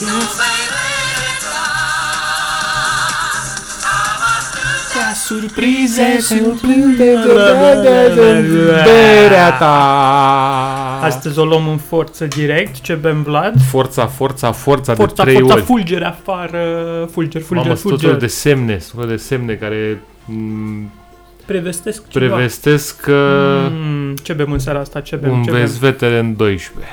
nu vei regreta Am atât Da, surprize, surprinde, Berea ta! Astăzi o luăm în forță direct, ce bem Vlad. Forța, forța, forța, Forța, de trei forța, ori. fulger afară, fulger, fulger, Mamă, sunt tot fulger. felul de semne, sunt tot felul de semne care m, Prevestesc ceva. prevestesc că Mm, ce bem în seara asta, ce bem, un ce bem? vezvetele în 12.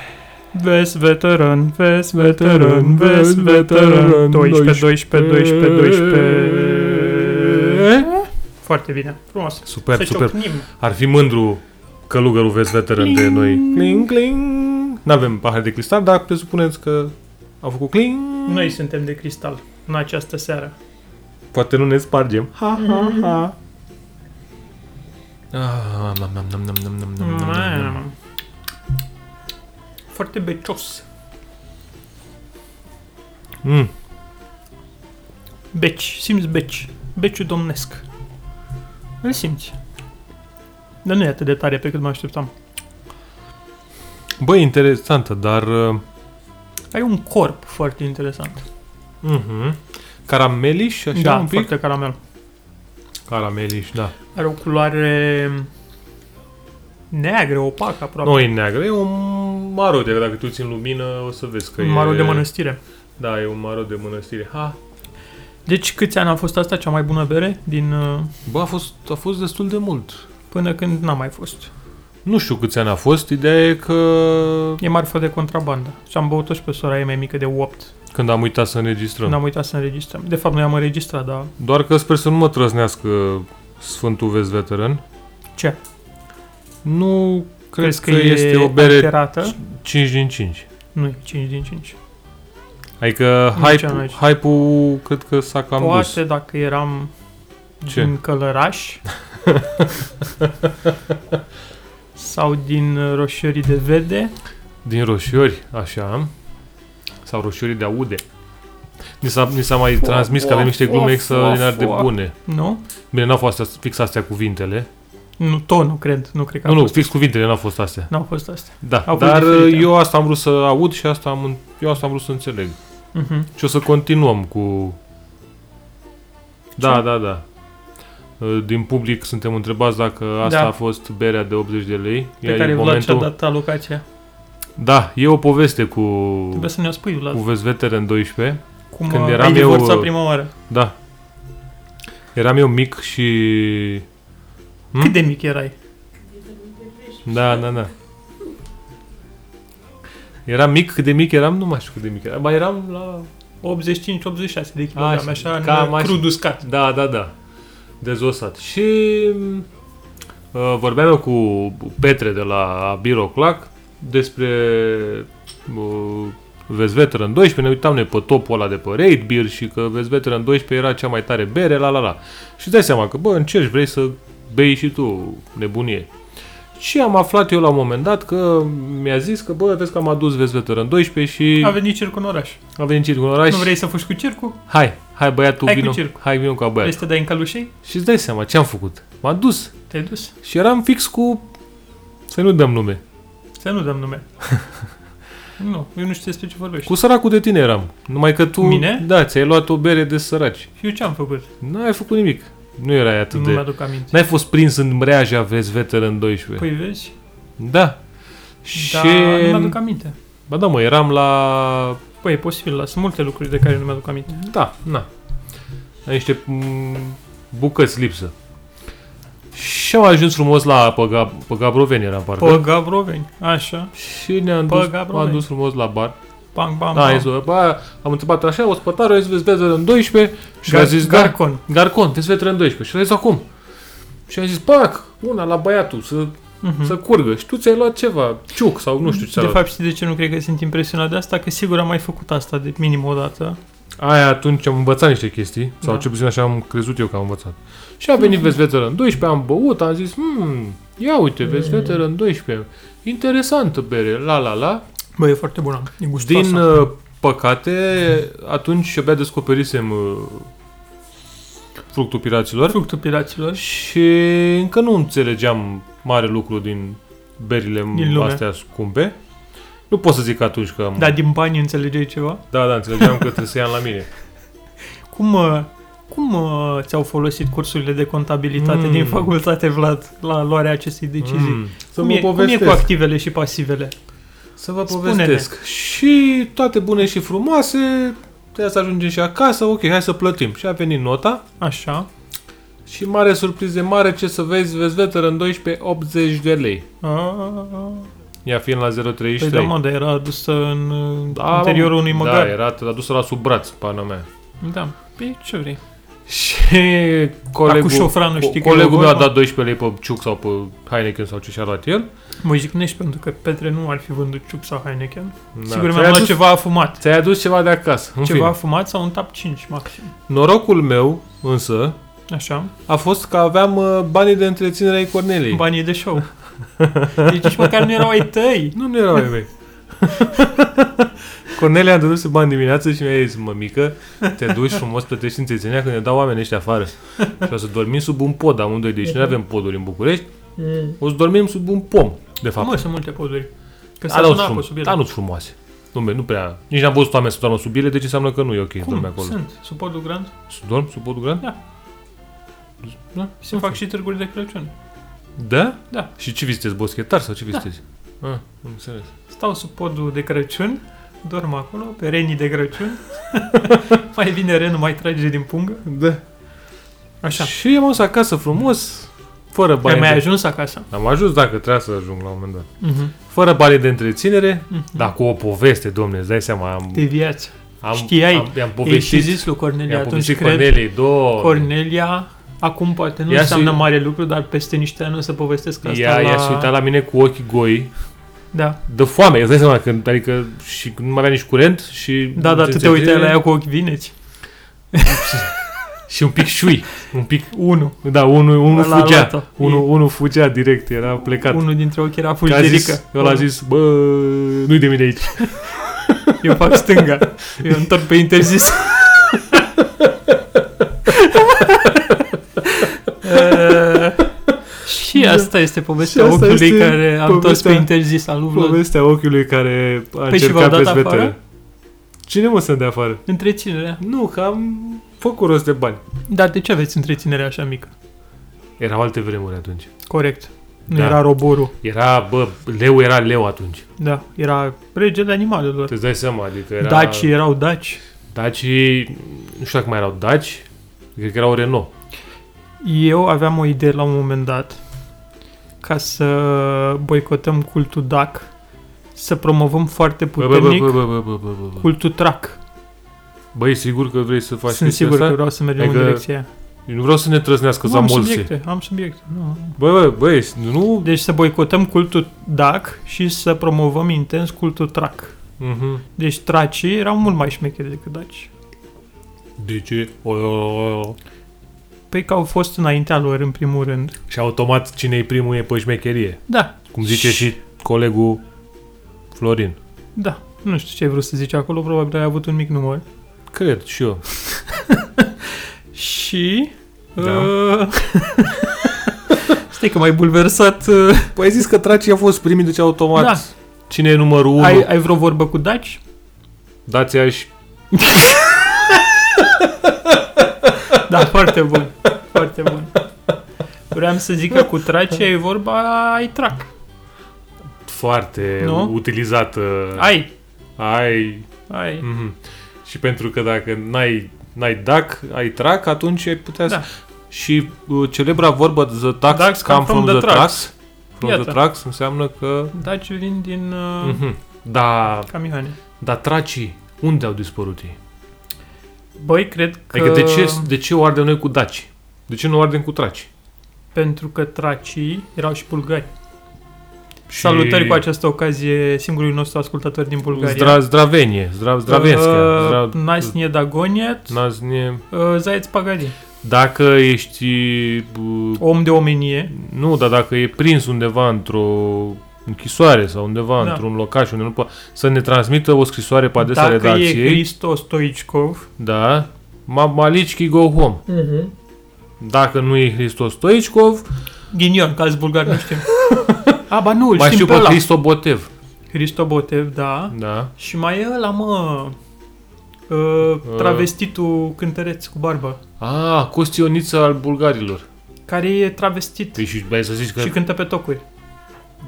Ves veteran, ves veteran, ves veteran 12, 12, 12, 12 Foarte bine, frumos Super, Să super. ciocnim Ar fi mândru călugărul vezveteran de noi. Cling, cling. N-avem pahar de cristal, dar presupuneți că au făcut cling. Noi suntem de cristal în această seară Poate nu ne spargem. Ha, ha, ha. Ah, nam, nam, nam, nam, nam, nam, nam, nam, nam. Mm. Foarte becios Mm. Beci, simți beci Beciul domnesc Îl simți Dar nu e atât de tare pe cât mă așteptam Băi, interesantă, dar... uh, Ai un corp foarte interesant mhm. Carameliș, așa Da, un pic? foarte caramel Carameliș, da. Are o culoare neagră, opacă aproape. Nu e neagră, e un maro de dacă tu țin lumină o să vezi că Un e... maro de mănăstire. Da, e un maro de mănăstire. Ha. Deci câți ani a fost asta cea mai bună bere din uh, Bă, a fost, a fost destul de mult. până când n-a mai fost. Nu știu câți ani a fost, ideea e că E marfă de contrabandă. Și am băut-o și pe sora ei mai mică de 8. când am uitat să înregistrăm. N-am uitat să înregistrăm. De fapt, noi am înregistrat, dar Doar că sper să nu mă trăznească Sfântul Vest Veteran. ce? Nu cred Crezi că, că este o bere alterată? 5 din 5. Nu, e 5 din 5. Adică Nu cea hype-ul, mai- hype-ul cred că s-a cam dus. Poate dacă eram Ce? din Călăraș sau din uh, Roșiorii de Vede, Din roșiori, așa. Sau roșiorii de aude. Ni s-a, ni s-a mai transmis că avem niște glume extraordinar de bune. nu? Bine, n-au fost astea- fix astea cuvintele. Nu, tot nu cred, nu cred că nu, a nu, fost. fix cuvintele n-au fost astea. N-au fost astea. Da, Au fost dar diferite. eu asta am vrut să aud și asta am, eu asta am vrut să înțeleg. Uh-huh. Și o să continuăm cu... Da, da, da. Ă, Din public suntem întrebați dacă asta Da. a fost berea de 80 de lei. Pe e care Vlad și-a dat alocația. Da, e o poveste cu, Trebuie să ne-o spui, Vlad. cu Vezvetere în 12. Cum când când eram eram ai divorțat eu- prima oară. Da. Eram eu mic și... Hmm? Cât de mic erai? Da, da, da. Eram mic, cât de mic eram, nu mai știu cât de mic eram. Ba eram la... 85-86 de kilograme, Așa, așa, cam în așa. crud uscat. Da, da, da. Dezosat. Și uh, vorbeam eu cu Petre de la Biroclac despre uh, Vesveteran 12, ne uitam noi pe topul ăla de pe Raid Beer și că Vesveteran 12 era cea mai tare bere, la la la. Și îți dai seama că, bă, încerci, vrei să bei și tu nebunie. Și am aflat eu la un moment dat că mi-a zis că, bă, vezi că am adus Vesveteran 12 și Păi A venit circul în oraș. a venit circul în oraș. Nu vrei să fugi cu circul? Hai, hai băiatul, Hai cu vino, circul. hai vino ca băiat. Vrei să te dai în calușei? Și îți dai seama ce am făcut. M-am dus Te-ai dus? și eram fix cu... Să nu dăm nume. Să nu dăm nume. nu, eu nu știu despre ce vorbești. Cu săracul de tine eram. Numai că tu... Mine? Da, ți-ai luat o bere de săraci. Și eu ce am făcut? N-ai făcut nimic. Nu erai atât Nu de... mi-aduc aminte. N-ai fost prins în mreaja Vesveter în 12. Păi vezi? Da. Și... Da, nu mi-aduc aminte. Ba da, mă, eram la... Păi e posibil, dar sunt multe lucruri de care nu mi-aduc aminte. Da, na. La niște m, bucăți lipsă. Și am ajuns frumos la Păga, Păgabroveni eram parcă. Pă Gavroveni, așa, și ne-am dus, Păgabroveni. m-am dus frumos la bar. bang, bang, Da, bang. ai zis, bă, am întrebat așa, ospătarul, ai zis, vezi, veteră în 12? Și mi-a Gar- zis, da, Garcon. Garcon, vezi, veteră în 12. Și a zis, acum. Și am zis, pac, una la băiatul, să, Mhm. să curgă. Și tu ți-ai luat ceva, ciuc sau nu știu ce De ți-a luat. fapt, știi de ce nu cred că sunt impresionat de asta? Că sigur am mai făcut asta de minim o dată. Aia atunci am învățat niște chestii, sau Da. cel puțin așa am crezut eu că am învățat. Și a venit vezi veteră în 12, am băut, am zis, hmm, ia uite, vezi veteră în 12, interesantă bere, la la la. Bă, e foarte bună. E gustoasă. Din uh, păcate, atunci abia descoperisem uh, fructul piraților Fructul piraților. și încă nu înțelegeam mare lucru din berile Din lume. Da. astea scumpe. Nu pot să zic atunci că... am- Dar din bani înțelegeai ceva? da, da, înțelegeam că trebuie să ia la mine. Cum, uh, cum uh, ți-au folosit cursurile de contabilitate Mm. din facultate, Vlad, la luarea acestei decizii? Mm. Să Cum, vă e, cum e povestesc. cu activele și pasivele? Să vă Spune-ne. povestesc. Și toate bune și frumoase, trebuie să ajungem și acasă, ok, hai să plătim. Și a venit nota Așa. și mare surpriză mare, ce să vezi, vezi veteran 12, 80 de lei. A, Ea fiind la 0,33. Păi da, mă, dar era adusă în Da, da, interiorul unui măgar. Da, era adusă la sub braț, pana mea. da. Păi ce vrei? Și colegul, cu șofranul co- știi că e colegul meu a vorba? dat 12 lei pe ciuc sau pe Heineken sau ce și-a luat el. Mă jignești pentru că Petre nu ar fi vândut ciup sau Heineken. Da, Sigur ți-ai mi-am luat adus- ceva afumat. Ți-ai adus ceva de acasă. În Ceva Fine. afumat sau un tap 5 maxim. Norocul meu, însă, Așa. a fost că aveam uh, banii de întreținere ai Corneliei. Banii de show. Deci nici măcar nu erau ai tăi. Nu, nu erau ai mei. Cornelia a dus bani dimineață și mi-a zis, mămică, te duci frumos, plătești în țețenia că ne dau oamenii ăștia afară. Și o să dormim sub un pod amândoi, deci nu avem poduri în București, o să dormim sub un pom, de fapt. Mă, sunt multe poduri. Că se Dar nu adună frum- apă sub ele. dar nu-s frumoase. Nu, bine, nu prea. Nici n-am văzut oameni să doarmă sub ele, deci înseamnă că nu e ok să dormi Cum? acolo. Sunt. Sub podul Grand. Să dormi sub podul grand? Da. Da? Se fac și târguri de Crăciun. Da? Da. Și ce vizitezi? Boschetar sau ce vizitezi? Da. Ah, am înțeles. Stau sub podul de Crăciun, dorm acolo, pe renii de Crăciun. mai vine renul, mai trage din pungă. Da. Așa. Și am ajuns acasă frumos, fără Ai bani. mai de- Mhm. ajuns acasă. Am ajuns dacă trebuia să ajung la un moment dat. Mm-hmm. Fără bani de întreținere, dar cu o poveste, domne, îți dai seama, am, Mhm. De viață. am, știai, am, am Ei și povestit, zis lui Cornelia i-am atunci, povestit cred, Corneliei, două, Cornelia, acum poate nu Ea înseamnă se- mare lucru, dar peste niște ani o să povestesc asta ea, la... ea se uita la mine cu ochii goi, Da, de foame, îți dai seama, că, adică și nu mai avea nici curent și... da, da tu te înțelegi? uitai la ea cu ochi vineți. Și un pic șui, un pic... Unu. Da, unul unu Ăla a fugea, luat-o. unul unu fugea direct, era plecat. Unul dintre ochi era Că a fulgerică. zis, ăla a zis, bă, nu-i de mine aici. Eu fac stânga. Eu întorc pe interzis. Eh, și asta este povestea Și asta ochiului este care am întors pe povestea- interzis al lui Vlad. Povestea ochiului care a Păi și încercat v-au pe dat sveteră. afară? Cine mă să de afară? Întreținerea. Nu, că am făcut rost de bani. Dar de ce aveți întreținerea așa mică? Erau alte vremuri atunci. Corect. Nu Da. era roborul. Era, bă, leu era leu atunci. Da, era regele animalelor. Te dai seama, adică era... Era... Daci erau daci. Dacii, nu știu dacă mai erau daci, cred că erau Renault. Eu aveam o idee la un moment dat ca să boicotăm cultul dac, să promovăm foarte Bă, bă, bă, puternic bă, bă, bă, bă, bă, bă, bă. cultul trac. Bă, e sigur că vrei să faci Sunt chestia sigur că asta? vreau să mergem în Adică direcția aia. Eu nu vreau să ne trăznească Nu, am zamolse. subiecte, am subiecte. Nu. Bă, bă, bă, ești- nu... Deci să boicotăm cultul dac și să promovăm intens cultul trac. Mhm. Deci tracii erau mult mai șmecheri decât daci. De ce? O, o, o, o. Păi că au fost înaintea lor, în primul rând. Și automat cine e primul e pe șmecherie. Da, Cum zice Și- și colegul Florin. da. Nu știu ce ai vrut să zici acolo, probabil ai avut un mic număr. Cred și eu. Și... Da. Uh, stai că m-ai bulversat. Uh, Păi ai zis că tracii au fost primii, deci automat. Da. Cine e numărul 1? ai, Ai... ai vreo vorbă cu Daci? Dați-a și... Da, foarte bun. Foarte bun. Vreau să zic că cu Traci ai vorba, ai trac. Foarte Nu? utilizată. Ai. Ai... Ai. Mhm. Și pentru că dacă n-ai, n-ai DAC, ai trac, atunci ai putea Da. să... Și uh, celebra vorbă The Tax, Dax come from the Tracks. From Iată. the Tracks înseamnă că... Daci vin din uh, Mhm. Da, camioane. dar tracii, unde au dispărut ei? Băi, cred că... Adică de ce, de ce o ardem noi cu daci? De ce nu o ardem cu traci? Pentru că tracii erau și bulgari. Salutări cu această ocazie singurului nostru ascultător din Bulgaria. Zdra, zdravenie, zdra, zdravenske. Uh, Zdra, Nasnie Dagoniet, naznie. uh, Zaeț Pagani. Dacă ești... uh, Om de omenie. Nu, dar dacă e prins undeva într-o închisoare sau undeva Da. într-un locaș unde nu poate să ne transmită o scrisoare pe adresa Dacă redacției. e Hristos Stoichkov, Da. Ma- Malichki go home. uh-huh. Dacă nu e Hristos Stoichkov, ghinion, că alți bulgari nu știm. A, ba nu, îl știm mai știu pe pe ăla. Cristo Botev. Hristo Botev, da. Da. Și mai e ăla, mă, uh, Ă. travestitul cântăreț cu barbă, A, Costioniță al bulgarilor. care e travestit Păi și mai să zici că... și cântă pe tocuri.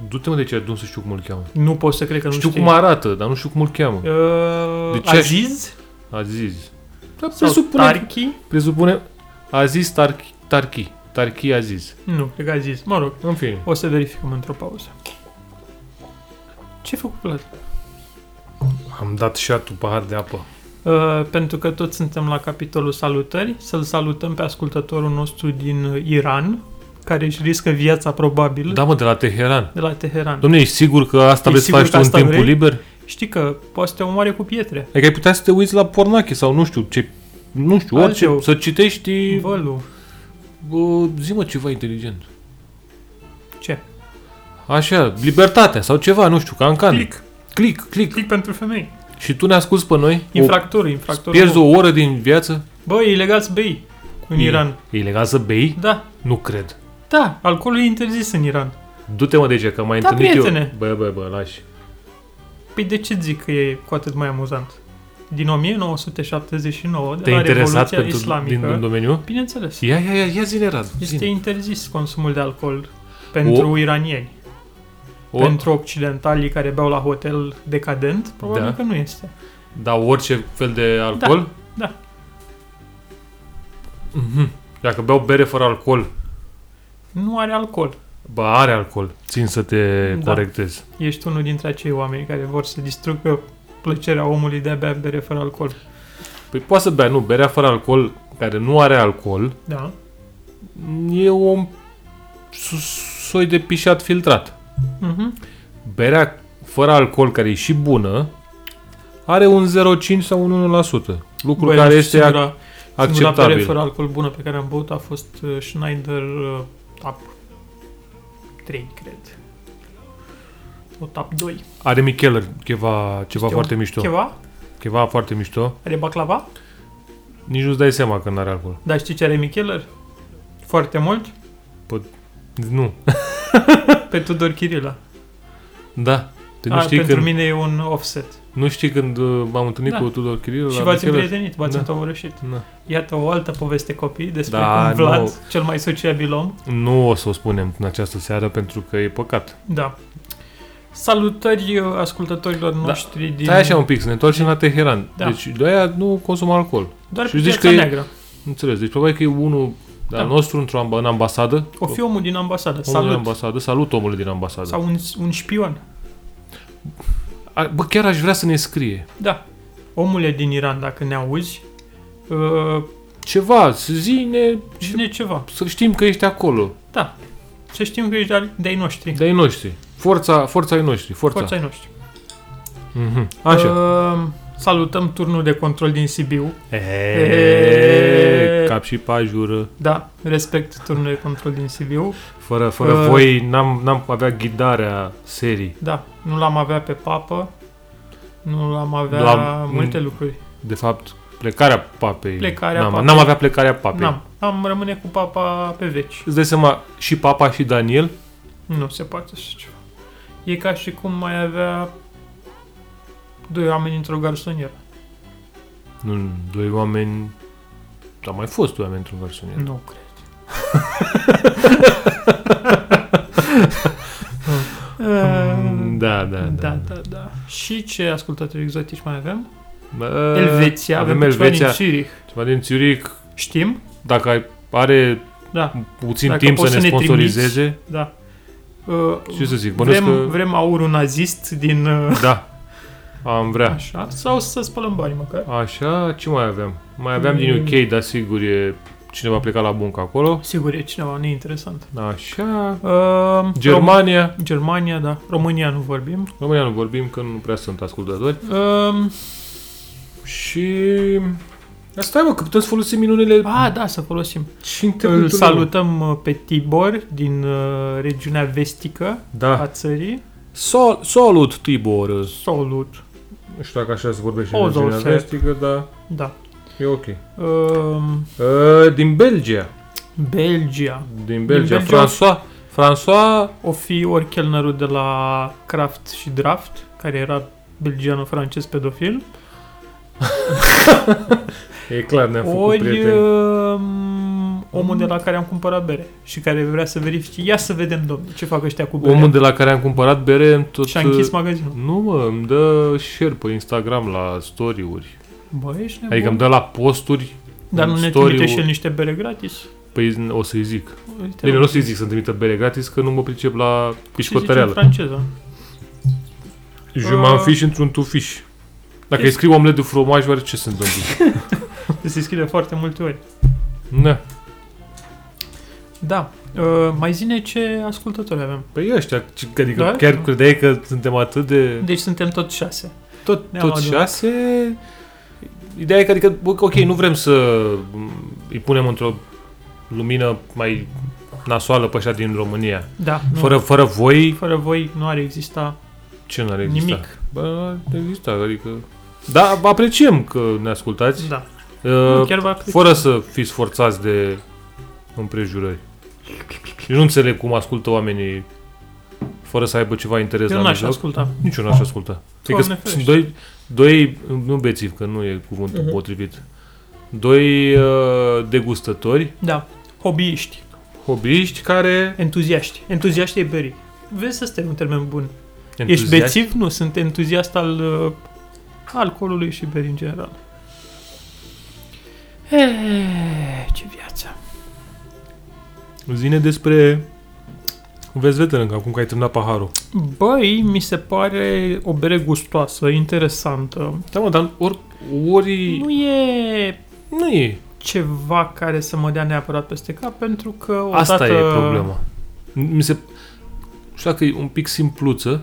Du-te mă de ce, nu să știu cum îl cheamă. Nu pot să cred că nu știu știi. cum arată, dar nu știu cum îl cheamă. Uh, De ce aș- Aziz? Aziz. Dar Sau presupune... Tarki? Presupune... Aziz Tarki. Tarki. Tarki Aziz. Nu, cred că Aziz. Mă rog, În fine. o să verificăm într-o pauză. Ce-ai făcut, Vlad? Am dat și tu pahar de apă. Uh, pentru că toți suntem la capitolul salutări, să-l salutăm pe ascultătorul nostru din uh, Iran, care își riscă viața probabil Da, mă, de la Teheran. de la Teheran. Domne, ești sigur că Ești asta vreți să sigur că faci tu în asta timpul vrei? liber? Știi că poate să te omoare cu pietre. Adică ai putea să te uiți la pornache sau nu știu ce... Nu știu, Altceva. orice. Să citești... Vălu. Bă, zi-mă ceva inteligent. Ce? Așa, libertatea sau ceva, nu știu, ca în can. Click. Click, click. Clic pentru femei. Și tu ne asculti pe noi? Infractorul, o, infractorul. pierzi o oră din viață? Bă, e ilegal să bei în E- Iran. E legal să bei? Da, Nu cred. da, alcoolul e interzis în Iran. Du-te mă de ce, că m-ai Da, întâlnit prietene. eu. Bă, bă, bă, lași. Păi de ce zic că e cu atât mai amuzant? Din 1979, de Te-ai la interesat Revoluția pentru, din, Islamică, din domeniu? bineînțeles, Ia, ia, ia, ia zine, Radu. este zine. interzis consumul de alcool pentru o, iranieni. O, Pentru occidentalii care beau la hotel decadent, probabil Da. că nu este. Da, orice fel de alcool? Da. Mhm. Dacă beau bere fără alcool, Nu are alcool. bă, are alcool. Țin să te Da. corectez. Ești unul dintre acei oameni care vor să distrugă plăcerea omului de a bea bere fără alcool. Păi poate să bea, nu, berea fără alcool, care nu are alcool, Da. e un s- soi de pișat filtrat. Mhm. berea fără alcool, care e și bună, are un 0,5 sau un 1%. Lucru Băi, care nu știu, este ac- singura, singura bere acceptabil. fără alcool bună pe care am băut a fost uh, Schneider uh, Tap 3, cred. O Tap 2. Are Micheller ceva, ceva Știu. foarte mișto. Ceva. Ceva? ceva foarte mișto. Are baclava? Nici nu-ți dai seama că nu are alcool. Dar știi ce are Micheller? Foarte mult? Nu. Pe Tudor Chirila. Da. Te nu, A, știi pentru când, mine e un offset. nu știi când uh, m-am întâlnit Da. cu Tudor Chiril Și la v-ați Micheller? împrietenit, v-ați Da. întovărășit. Da. Iată o altă poveste copii despre Da, cum Vlad, nu. cel mai sociabil om, Nu o să o spunem în această seară pentru că e păcat. da. Salutări uh, ascultătorilor noștri din... Din... Da. Stai așa un pic, să ne întoarcem la Teheran. Da. Da. Deci de aia nu consumă alcool. Doar și pe zici piața că e- neagră. Înțeles. Deci probabil că e unul da. al Da. nostru într-o amb- în ambasadă. O fi omul din ambasadă. Omul din Salut. ambasadă. Salut omul din ambasadă. Sau un, un șpion. A- Bă, chiar aș vrea să ne scrie. Da. Omule din Iran, dacă ne auzi, uh, Ceva, să zine, cine ceva. să știm că ești acolo. Da. Să știm că ești de- de-ai noștri. De-ai noștri. Forța, forța ai noștri. Forța. Forța ai noștri. Mhm. Așa. Uh, salutăm turnul de control din Sibiu. Eee, cap și pajură. Da, respect turnul de control din Sibiu. Fără, fără E. voi n-am, n-am avea ghidarea serii. Da, nu l-am avea pe papă, nu l-am avea La- multe lucruri. De fapt, plecarea papei. Plecarea n-am, papei. n-am avea plecarea papei. N-am. Am rămâne cu papa pe veci. Îți dai seama, și papa și Daniel? Nu se poate așa ceva. E ca și cum mai avea doi oameni într-o garsonieră. Nu, doi oameni... Dar mai fost doi oameni într-un garsonier. Nu cred. Mm, Da, da, da. da, da, da. Și ce ascultători exotici mai avem? Bă, Elveția, Ă, avem, avem avem Elveția. Elveția. din Zurich. Ceva din Zurich, Știm? dacă ai- are Da, puțin Dacă timp poți să ne să ne trimiți- sponsorizeze, da. Uh, ce să zic, bănuiesc vrem, că... vrem aurul nazist din... Uh, Da, am vrea. Așa, sau să spălăm bani măcar. Așa, ce mai aveam? Mai aveam din Mm. UK, dar sigur e cineva plecat la muncă acolo. Sigur, e cineva neinteresant. Așa, Uh, Germania, Rom- Germania, da. România nu vorbim. România nu vorbim că nu prea sunt ascultători. Uh, Și... Dar Stai mă, că putem să folosim minunile a, da, să folosim. și în Îl temul salutăm uh, pe Tibor din uh, regiunea vestică a Da. țării. Sol, salut, Tibor. Salut. Nu știu dacă așa se vorbește O, în regiunea Zolfer. vestică, dar Da. e ok. Uh, Uh, din Belgia. Belgia. Din Belgia. Belgia. François, François O fi ori chelnerul de la Craft și Draft, care era belgiano-francez pedofil, E clar, ne-am făcut ori prieteni. um, omul de la care am cumpărat bere și care vrea să verifice, ia să vedem, domnule, ce fac ăștia cu bere. Omul de la care am cumpărat bere tot... uh, Și a închis magazinul. Nu mă, îmi dă share pe Instagram la story-uri. Bă, ești nebun. Adică îmi dă la posturi. Dar în nu ne story-ul- trimite și el niște bere gratis? Păi o să-i zic. Uite, Bine, nu o să-i zic să-mi trimită bere gratis, că nu mă pricep la ce zice în pișcotăreală. franceză. Je m'en Ah. fiș într-un tufiș. Dacă Ce- îi scriu omlet de fromaj, oare ce se întâmplă? Deci Se scrie de foarte multe ori. Da. Da. Uh, mai zine ce ascultători avem. Păi ăștia, ce- adică Da? da? chiar credeai că suntem atât de... Deci suntem tot șase. Tot, Ne-am tot adunat. șase... Ideea e că, adică, bă, ok, nu vrem să m, îi punem într-o lumină mai nasoală pe așa din România. Da. Nu. Fără, fără voi, Fără voi nu ar exista ce n-ar exista? nimic. Bă, n-ar exista, adică... Da, apreciem că ne ascultați. Da. Uh, Chiar va aplica. fără să fiți forțați de împrejurări. Eu nu înțeleg cum ascultă oamenii fără să aibă ceva interes Eu la n-aș mijloc. asculta. Nici eu n-aș asculta. Adică Doamne sunt ferește. doi, doi, nu bețivi, că nu e cuvântul Mhm. potrivit, doi uh, degustători, Da. Hobbyiști. hobbyiști care... Entuziaști. Entuziaști e berii. Vezi, ăsta e un termen bun. Ești entuziaști- bețiv? Nu, sunt entuziast al uh, alcoolului și berii în general. Eee, Eh, ce viață. Zine despre... Vezi, veteran, că acum că ai terminat paharul. Băi, mi se pare o bere gustoasă, interesantă. Da, mă, dar ori... ori... Nu e Nu e. ceva care să mă dea neapărat peste cap, pentru că odată... Asta e problema. Mi se... Nu știu dacă e un pic simpluță.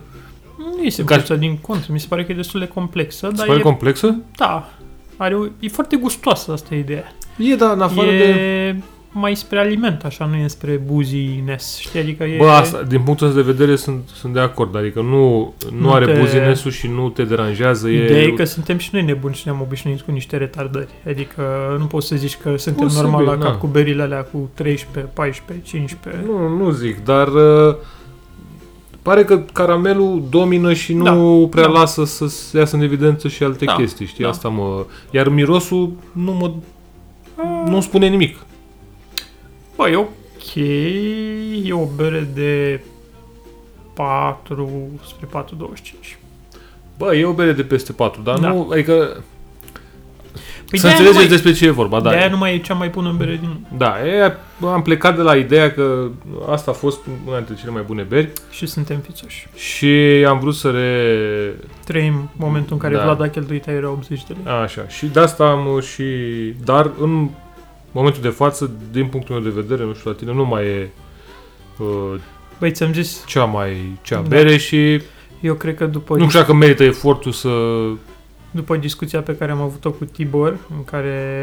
Nu este Ca- ca... din cont. Mi se pare că e destul de complexă, Îți dar pare e... complexă? da, are o... e foarte gustoasă asta e ideea. E, da, în afară e... de... mai spre aliment, așa, nu e spre buziness, știi? Adică e... Bă, asta, din punctul ăsta de vedere sunt, sunt de acord, adică nu, nu, Nu are te- te... buzinesul și nu te deranjează. Ideea e e că suntem și noi nebuni și ne-am obișnuit cu niște retardări. Adică nu poți să zici că suntem Posibil, normal la da. cap cu berile alea cu 13, 14, 15. Nu, nu zic, dar uh, pare că caramelul domină și nu da. prea da. da. lasă să se iasă în evidență și alte Da, da. chestii, știi, da. da. asta mă... Iar mirosul nu mă... nu spune nimic. Bă, e ok, e o bere de 4 spre 4,25. Bă, e o bere de peste 4, dar Da. da. nu, adică... Păi să de-aia nu înțelegeți mai- despre ce e vorba, da. De-aia nu mai e cea mai bună bere din lume. Da, e, am plecat de la ideea că asta a fost una dintre cele mai bune beri Și suntem fițoși. și am vrut să re... Trăim momentul în care da. Da. Vlad a cheltuit era 80 de lei. Așa, și de asta am uh, și... Dar în momentul de față, din punctul meu de vedere, nu știu la tine, nu mai e uh, Băi, ți-am zis, cea mai cea Da. bere și eu cred că după, Păi nu știu dacă merită efortul să... după discuția pe care am avut-o cu Tibor, în care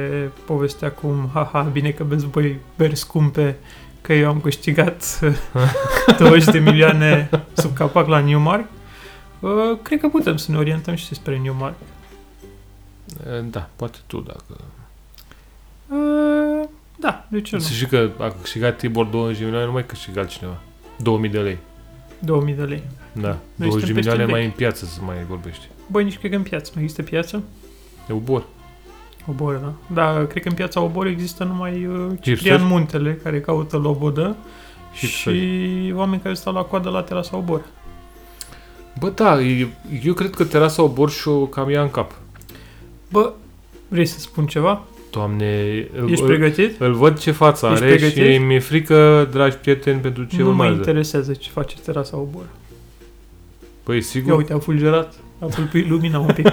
povestea cum, haha, bine că beți voi beri scumpe, că eu am câștigat 20 de milioane sub capac la Newmark, uh, cred că putem să ne orientăm și spre Newmark. Uh, Da, poate tu dacă... Uh, da, de ce nu? Să știi că a câștigat Tibor 20 de milioane, nu mai câștiga cineva. 2000 de lei. 2000 de lei. Da, Noi 20 de suntem peste milioane vechi. mai în piață să mai vorbești. Băi, nici cred că în piață. Mai există piață? E obor. Obor, da. Da, cred că în piața Obor există numai uh, Ciprian Hipsteri. Muntele, care caută lobodă și Hipsteri. oameni care stau la coadă la terasa Obor. Bă, da, e- eu cred că terasa obor și o cam ia în cap. Bă, vrei să spun ceva? Doamne, îl- Ești îl- pregătit? Îl văd ce față Ești are pregătit? și mi-e frică, dragi prieteni, pentru ce nu mă urmează. interesează ce face terasa Obor. Păi Ia sigur, uite, a fulgerat. A pulpit lumina un pic.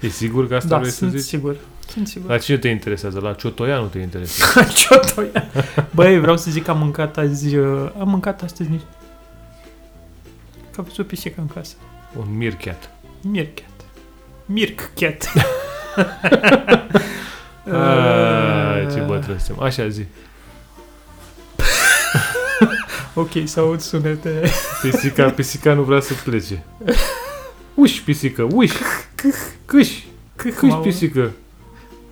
e sigur că asta da, vrei să sunt zici? sigur. Sunt sigur. La cine te interesează? La Ciotoianu te interesează. Ciotoia. Băi, vreau să zic că am mâncat azi... uh, Am mâncat astăzi nici... Că a văzut pisica în casă. Un mircat. Mircat. Mircat. Ă. Aaa, Uh, ce bătrân suntem. Așa zi. Ok, să aud sunete. Pisica, pisica nu vrea să plece. Uși, pisică, uși. Câși, câși, pisică.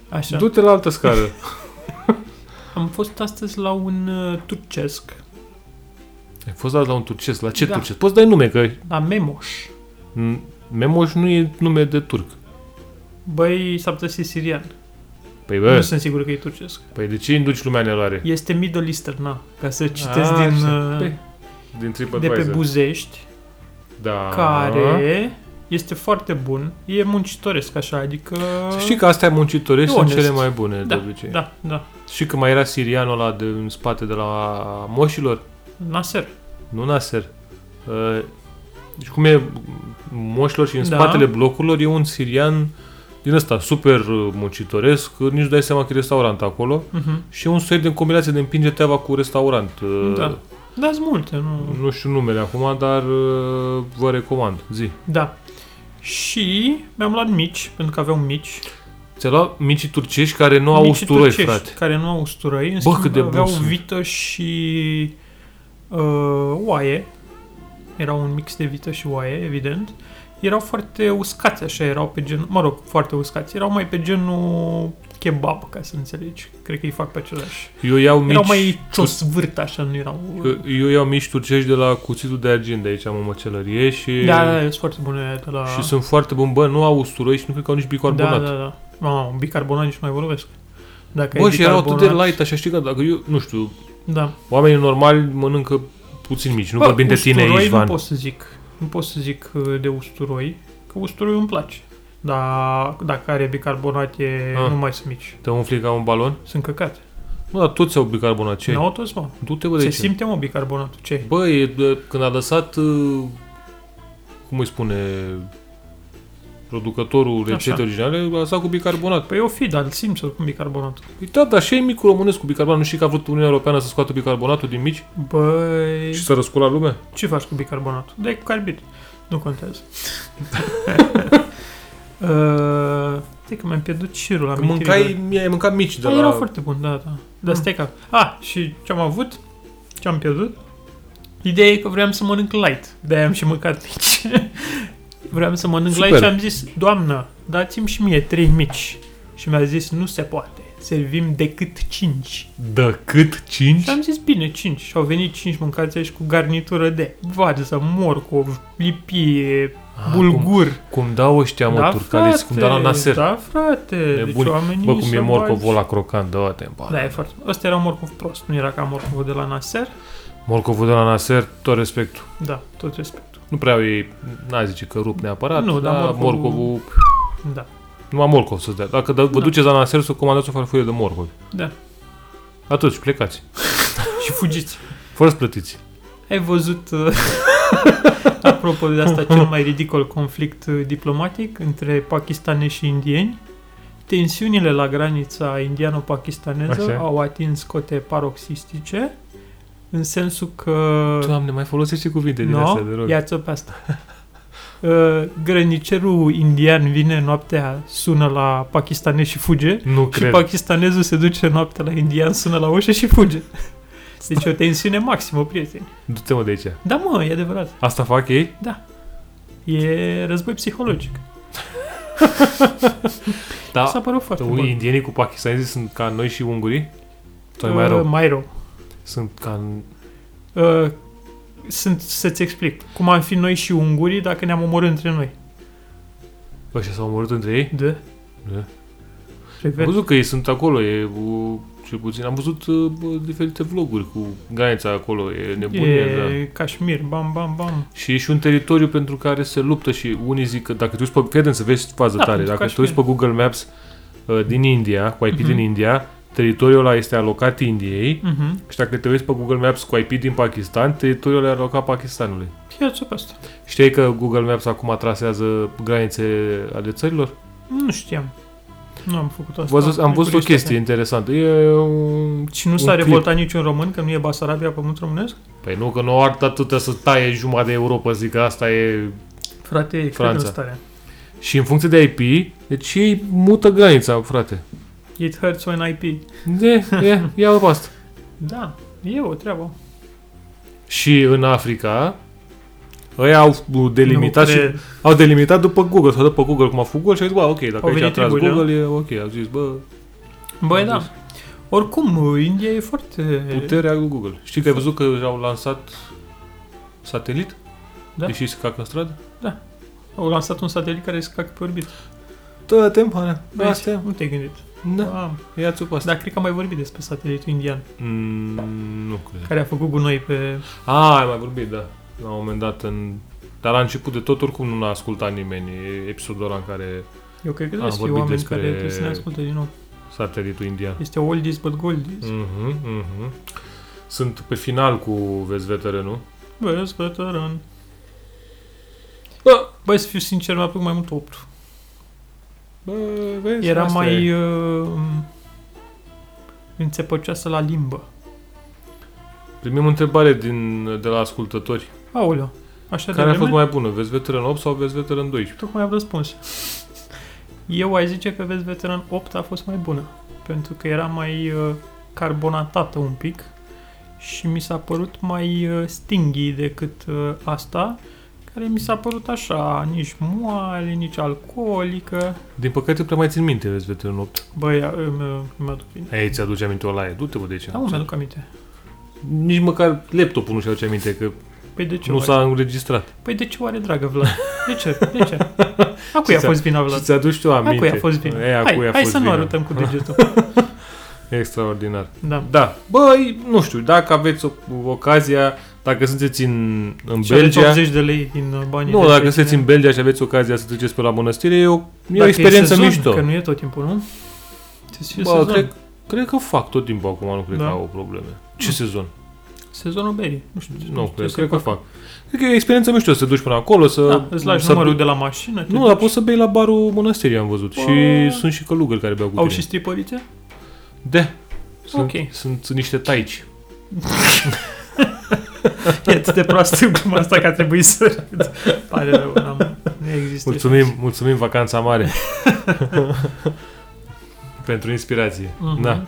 Așa. Du-te la altă scară. Am fost astăzi la un uh, turcesc, Ai fost dat la un turcesc. La ce Da. turcesc? Poți dai nume, că... la Memoș. Mm, Memoș nu e nume de turc. Băi, s-ar putea să fie sirian. Păi, Nu bă, sunt sigur că e turcesc. păi de ce induci lumea în eroare? Este Middle Eastern, na. Ca să citesc A, din, așa. uh, Păi, Din de pe TripAdvisor. Buzești. Da. care este foarte bun. E muncitoresc așa, adică... Să știi că astea muncitorești E sunt onest. cele mai bune da, de obicei. da, da. Și că mai era sirianul ăla de, în spate de la moșilor, Nasser. nu Nasser. Uh, și cum e moșilor și în Da. spatele blocurilor e un sirian din ăsta super uh, muncitoresc, uh, nici nu dai seama că e restaurant acolo. Uh-huh. Și e un soi de combinație de împinge teava cu restaurant. Uh, Da. Da, sunt multe, nu... Nu știu numele acum, dar uh, vă recomand. Zi. Da. Și mi-am luat mici, pentru că aveam mici. Ți-a luat micii turcești care nu au Micii usturoi, turcești, frate. Care nu au usturoi. În Bă, schimb, cât de bun aveau sunt. vită și uh, oaie. Era un mix de vită și oaie, evident. Erau foarte uscați, așa, erau pe gen... Mă rog, foarte uscați. Erau mai pe genul kebab, ca să înțelegi. Cred că îi fac pe același. Eu iau mici... Erau mai cios vârt, așa, nu erau... Eu iau mici turcești de la cuțitul de argint de aici, am o măcelărie și, Da, da, sunt foarte bune de la... și sunt foarte bun. Bă, nu au usturoi și nu cred că au nici bicarbonat. Da, da, da. Mamă, bicarbonat nici nu mai vorbesc. Dacă Bă, e și erau atât de bicarbonat- light, așa știi că dacă eu, nu știu, Da. oamenii normali mănâncă puțin mici. Nu Bă, vorbim de tine usturoi aici, Van. Nu pot să zic. Nu pot să zic uh, de usturoi, că usturoi îmi place. Dar dacă are bicarbonate, Ah. nu mai sunt mici. Te umfli ca un balon? Sunt căcate. Nu, dar toți au bicarbonat. Ce? Nu au toți, mă. Du-te, bă, de Se ce? simte, mă, bicarbonatul. Ce? Bă, e, de, când a lăsat, uh, cum îi spune, producătorul Așa. rețetei originale, a lăsat cu bicarbonat. Păi eu fi, dar îl simți oricum bicarbonatul. Păi da, dar și ei micul românesc cu bicarbonat. Nu știi că a vrut Uniunea Europeană să scoată bicarbonatul din mici? Băi, Și să răscula lumea? ce faci cu bicarbonatul? Dai cu carbid. Nu contează. uh, stai că mi-am pierdut șirul la Că mâncai, ai mâncat mici de Da, la... Hmm. erau foarte bun, da, da. Dar stai că... A, și ce-am avut, ce-am pierdut, ideea e că vreau să mănânc light. De-aia am și mâncat mici. vreau să mănânc Super. light și am zis, doamnă, dați-mi și mie trei mici. Și mi-a zis, nu se poate, servim decât cinci. Da, cât? 5? Și am zis, bine, cinci. Și au venit cinci mâncați aici cu garnitură de varză, morcov, lipie, Cum, bulgur. cum dau ăștia, mă, da, turcaleți, cum dau la Nasser. Da, frate. deci Nebuni. oamenii Bă, cum se e bagi. morcovul ăla crocant, dă te Da, e foarte... Ăsta era un morcov prost, nu era ca morcovul de la Nasser. Morcovul de la Nasser, tot respectul. Da, tot respectul. Nu prea e, n-a zice că rup neapărat, Nu, dar dar morcovul- morcovul... Da, Numai morcov să-ți dea. Dacă dă- vă Da. duceți la Nasser, să comandați o farfurie de morcovi. da. Atât și plecați. Și fugiți. Fără să plătiți. Ai văzut, uh, apropo de asta, cel mai ridicol conflict uh, diplomatic între pakistanezi și indieni? Tensiunile la granița indiano-pakistaneză Așa. au atins cote paroxistice, în sensul că... Doamne, mai folosește cuvinte din No, astea, de rog. Ia-ți-o pe asta. Uh, Grănicerul indian vine noaptea, sună la pakistanez și fuge. Nu Și cred. pakistanezul se duce noaptea la indian, sună la ușă și fuge. Deci o tensiune maximă, prieteni. Du-te, mă, de aici. Da, mă, e adevărat. Asta fac ei? E război psihologic. Da. S-a părut foarte Unii bun. indienii cu pakistanezii sunt ca noi și ungurii? Sau e mai Uh, rău? Mai rău. Sunt ca... în- Uh, Sunt, să-ți explic. Cum am fi noi și ungurii dacă ne-am omorât între noi. Ăștia s-au omorât între ei? De? Da. Am Frecvent. văzut că ei sunt acolo, e u, cel puțin. Am văzut uh, bă, diferite vloguri cu granița acolo, e nebunie, da. E Cașmir, bam, bam, bam. Și e și un teritoriu pentru care se luptă și unii zic că dacă te uiți pe... Credem să vezi fază Da, tare. pentru Dacă te Cașmir. uiți pe Google Maps uh, din India, cu IP din Mhm. India, teritoriul ăla este alocat Indiei Mhm. și dacă te uiți pe Google Maps cu IP din Pakistan, teritoriul ăla e alocat Pakistanului. Ia-ți-o pe asta. Știi că Google Maps acum trasează granițe ale țărilor? Nu știam. Nu am făcut asta. Văzut, am Din văzut o curiozitate. chestie interesantă. E un... Și nu un s-a clip. revoltat niciun român că nu e Basarabia pământ românesc? Păi nu, că nu ar atâta să taie jumătate de Europa, zic că asta e... Frate, e cred în Franța. starea. Și în funcție de IP, deci ei mută granița, frate. It hurts when I pee. De, e, ia-o pe asta. Da, e o treabă. Și în Africa, ei au delimitat nu, și, cred. au delimitat după Google, sau după Google cum a făcut Google și au zis, bă, ok, dacă Au aici a venit da? tras triburile, Google, e ok. Au zis, bă, Băi, Am da. zis. Oricum, India e foarte... puterea lui Google. Știi că ai văzut că au lansat satelit? Da. Deși se cacă în stradă? Au lansat un satelit care se cacă pe orbită. Da, te pana. Asta e. Nu te-ai gândit. Da, Am. ia-ți-o pe asta. Dar cred că am mai vorbit despre satelitul indian, Mm, nu cred. care a făcut gunoi pe... A, ai mai vorbit, da. La un moment dat în... Dar la început de tot oricum nu l-a ascultat nimeni e episodul ăla în care Eu cred că Am trebuie să fie vorbit oameni despre- care trebuie să ne asculte din nou. satelitul indian. Este oldies but goldies. Mm. Mhm, mhm. Sunt pe final cu Vezi veteranul. Vezi, veteran. Bă, băi, să fiu sincer, mi-a plăcut mai mult 8. Bă, vezi, Era asta mai E. uh, înțepăcioasă la limbă. Primim o întrebare din, de la ascultători. Aoleu, așa Care de a fost vreme? mai bună? Vezi veteran 8 sau vezi veteran 12? Tocmai am răspuns. Eu ai zice că vezi Veteran 8 a fost mai bună, pentru că era mai uh, carbonatată un pic și mi s-a părut mai uh, stinghi decât uh, asta, care mi s-a părut așa, nici moale, nici alcoolică. Din păcate prea mai țin minte vezi veteran 8. Băi, uh, nu mi-aduc bine. Ei, ți-aduce aminte o laie. Du-te, bă, de ce? Da, mă, mi-aduc aminte. Nici măcar laptopul nu-și aduce aminte că Păi de ce nu oare? s-a înregistrat. Păi de ce oare, dragă Vlad? De ce? De ce? A cui Și a ți-a- fost vina, Vlad? Și ți-aduci tu aminte. A cui a fost vina? Ei, a cui hai, a hai fost să nu vina. arătăm cu degetul. Extraordinar. Da. Da, băi, nu știu, dacă aveți o, ocazia, dacă sunteți în, în Și aveți Belgia, 80 de lei din uh, banii nu, de dacă pe sunteți tine. în Belgia și aveți ocazia să treceți pe la mănăstire, e o, e o Dacă experiență sezon, mișto. Că nu e tot timpul, nu? Trebuie să fie Bă, sezon. cred, cred că fac tot timpul acum, nu cred Da. că au probleme. Ce sezon? Sezonul berii. Nu știu. Nu, cred, să cred că facă. fac. Cred că e o experiență mișto să te duci până acolo, să... Da, îți lași să numărul de la mașină. te Nu, duci. dar poți să bei la barul mănăstirii, am văzut. Bă. Și sunt și călugări care beau cu Au tine. și stripărițe? Da. Sunt, Ok. sunt niște taici. E atât de proastă cum asta că a trebuit să râd. Pare rău, n-am, nu există. Mulțumim, mulțumim Vacanța Mare. pentru inspirație. Mhm. Da.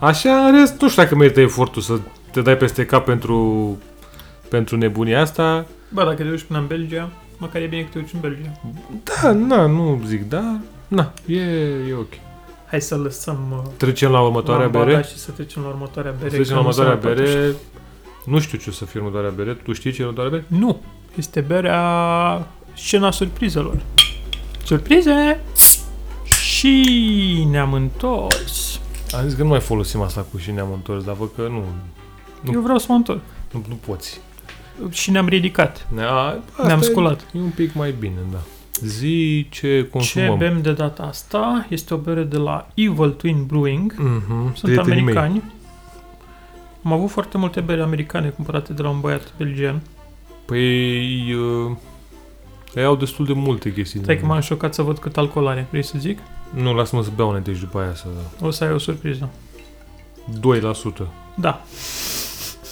Așa, în rest, nu știu dacă merită efortul să te dai peste cap pentru, pentru nebunia asta. Bă, dacă te duci până în Belgia, măcar e bine că te duci în Belgia. Da, na, nu zic, da, na, e, e ok. Hai să lăsăm uh, Trecem la următoarea lambada bere. și să trecem la următoarea bere. Trecem la că nu următoarea s-a rătăcit. bere. Nu știu ce o să fie următoarea bere. Tu știi ce e următoarea bere? Nu. Este berea scena surprizelor. Surprize! Și ne-am întors. Am zis că nu mai folosim asta cu și ne-am întors, dar văd că nu, Nu. Eu vreau să mă întorc. nu, nu poți. Și ne-am ridicat. Ne, a, asta Ne-am e- sculat. E un pic mai bine, da. Zi ce Ce consumăm. bem de data asta este o bere de la Evil Twin Brewing. Mhm, Sunt prietenii mei. americani. Am avut foarte multe bere americane cumpărate de la un băiat belgian. Păi... Uh, ei au destul de multe chestii. Stai din- că m-am șocat să văd cât alcool are. Vrei să zic? Nu, lasă-mă să beau înainte și după aia să... O să ai o surpriză. 2%. Da.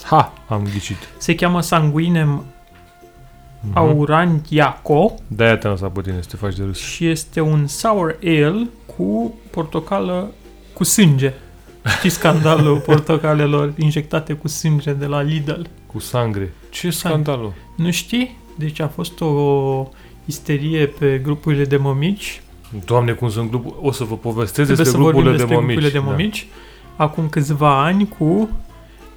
Ha! Am ghicit. Se cheamă Sanguinem Mhm. Aurantiaco. De-aia te-am lăsat pe tine să te faci de râs. și este un sour ale cu portocală cu sânge. Știi scandalul portocalelor injectate cu sânge de la Lidl? Cu sangre. Sangre. Ce scandalul? Nu știi? Deci a fost o isterie pe grupurile de mămici. Doamne, cum sunt grup... O să vă povestesc Trebuie despre să vorbim grupurile despre de Da. mămici. grupurile de mămici. Acum câțiva ani cu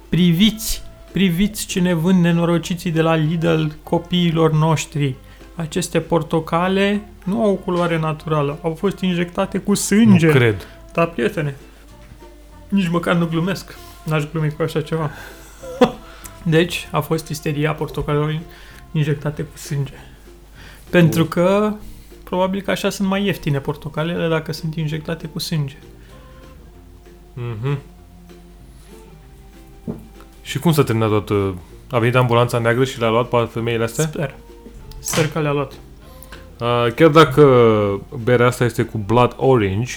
priviți, priviți ce ne vând nenorociții de la Lidl copiilor noștri. Aceste portocale nu au culoare naturală, au fost injectate cu Da. sânge. Nu cred. Da, prietene, nici măcar nu glumesc. N-aș glumi cu așa ceva. Deci, a fost isteria portocalelor injectate cu sânge. Pentru că, probabil că așa sunt mai ieftine portocalele dacă sunt injectate cu sânge. Mhm. Și cum s-a terminat toată... A venit ambulanța neagră și le-a luat pe femeile astea? Sper. Sper că le-a luat. Uh, chiar dacă berea asta este cu blood orange,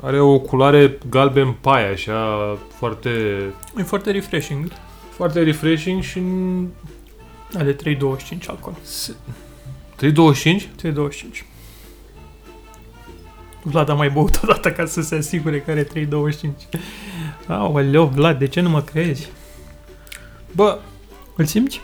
are o culoare galben paie, așa, foarte, E foarte refreshing. foarte refreshing și... n- Are 3,25 alcool. se- 325? 3,25. Vlad a mai băut o dată ca să se asigure că are 3,25. Aoleu, Vlad, de ce nu mă crezi? Bă, Îl simți?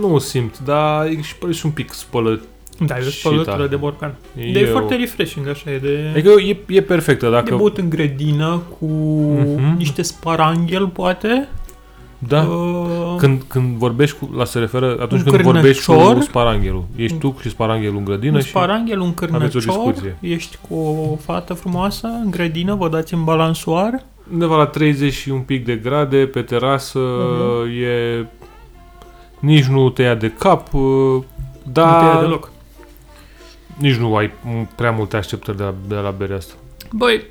nu o simt, dar e și, pare și un pic spălă. Da, e o Și spălătură tare. de borcan. E, De e o- foarte refreshing, așa e de... Adică e, e perfectă, de dacă... băut în grădină cu Mhm. niște sparanghel, poate, Da. Uh, Când, când vorbești cu, la se referă, atunci Un când vorbești cu cârnăcior? sparanghelul. Ești tu și sparanghelul în grădină un și... sparanghel, un aveți o cârnăcior, discuție. ești cu o fată frumoasă în grădină, vă dați în balansoar. Undeva la 30 și un pic de grade, pe terasă, Mhm. e... Nici nu te ia de cap, uh, Nu te dar ia deloc. nici nu ai mm, prea multe așteptări de la, de la berea asta. Băi,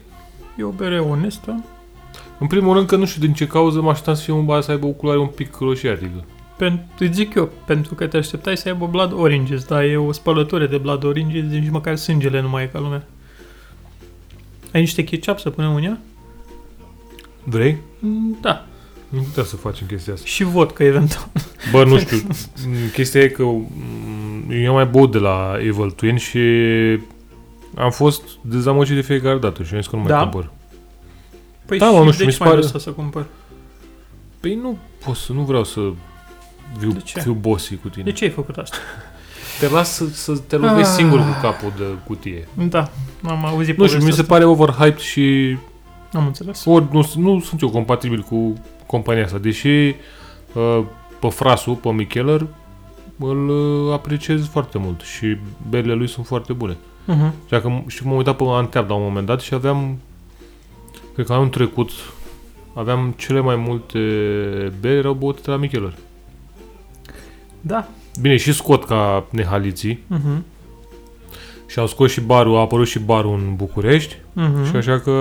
e o bere onestă. În primul rând că nu știu din ce cauză mă așteptam să fie un bar să aibă oculare un pic adică. roșiatică. Pen- îți zic eu, pentru că te așteptai să aibă blood oranges, dar e o spălătură de blood oranges, nici măcar sângele nu mai e ca lumea. Ai niște ketchup să punem în ea? Vrei? Mm, Da. Nu putea să facem chestia asta. Și vodka, eventual. Bă, nu știu. Mm, chestia e că mm, eu mai băut de la Evil Twin și am fost dezamăgit de fiecare dată și am zis că nu mai Da? cumpăr. Păi Da, și mă, nu de știu, mi ce se mai pare- lăsa să cumpăr? Păi nu pot să, nu vreau să viu, De ce? fiu bossy cu tine. De ce ai făcut asta? Deci Te las să, să te lovești Ah. singur cu capul de cutie. Da, am auzit Nu știu, mi se povestea pare overhyped și asta. Am înțeles. ori nu, nu sunt eu compatibil cu compania asta, deși uh, pe frasul, pe Micheller, îl uh, apreciez foarte mult și berile lui sunt foarte bune. Uh-huh. Și, dacă, și m-am uitat pe Antep la un moment dat și aveam, cred că anul trecut, aveam cele mai multe beri erau băute de la Micheller. Da. Bine, și scot ca nehaliții Uh-huh. și au scos și barul, a apărut și barul în București Uh-huh. și așa că,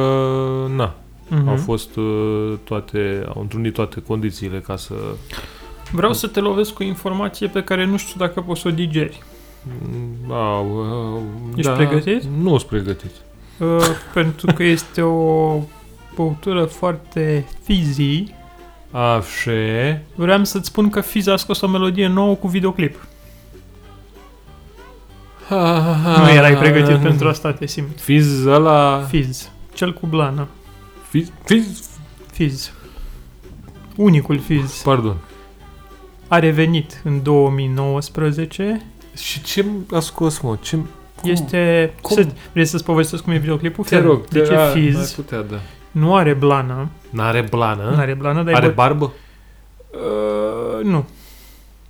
na, uh-huh. Au fost uh, toate, au întrunit toate condițiile ca să... Vreau să te lovesc cu informație pe care nu știu dacă poți să o digeri. Mm, Au, au, da. Ești pregătit? Nu sunt pregătit. Uh, pentru că este o băutură foarte fizzy. Așa. Vreau să-ți spun că Fiz a scos o melodie nouă cu videoclip. Ah, nu erai pregătit pentru asta, te simt. Fiz ăla... Fiz. Cel cu blană. Fiz, fiz, Fiz. Unicul Fiz. pardon. A revenit în 2019. Și ce a scos, mă? Ce... Cum? Este... Cum? Să, vrei să-ți povestesc cum e videoclipul? Te rog, Deci te- a, e n-ai Fiz. Putea, da. Nu are blană. N-are blană? Nu are blană, dar are e bă- barbă? Uh, nu.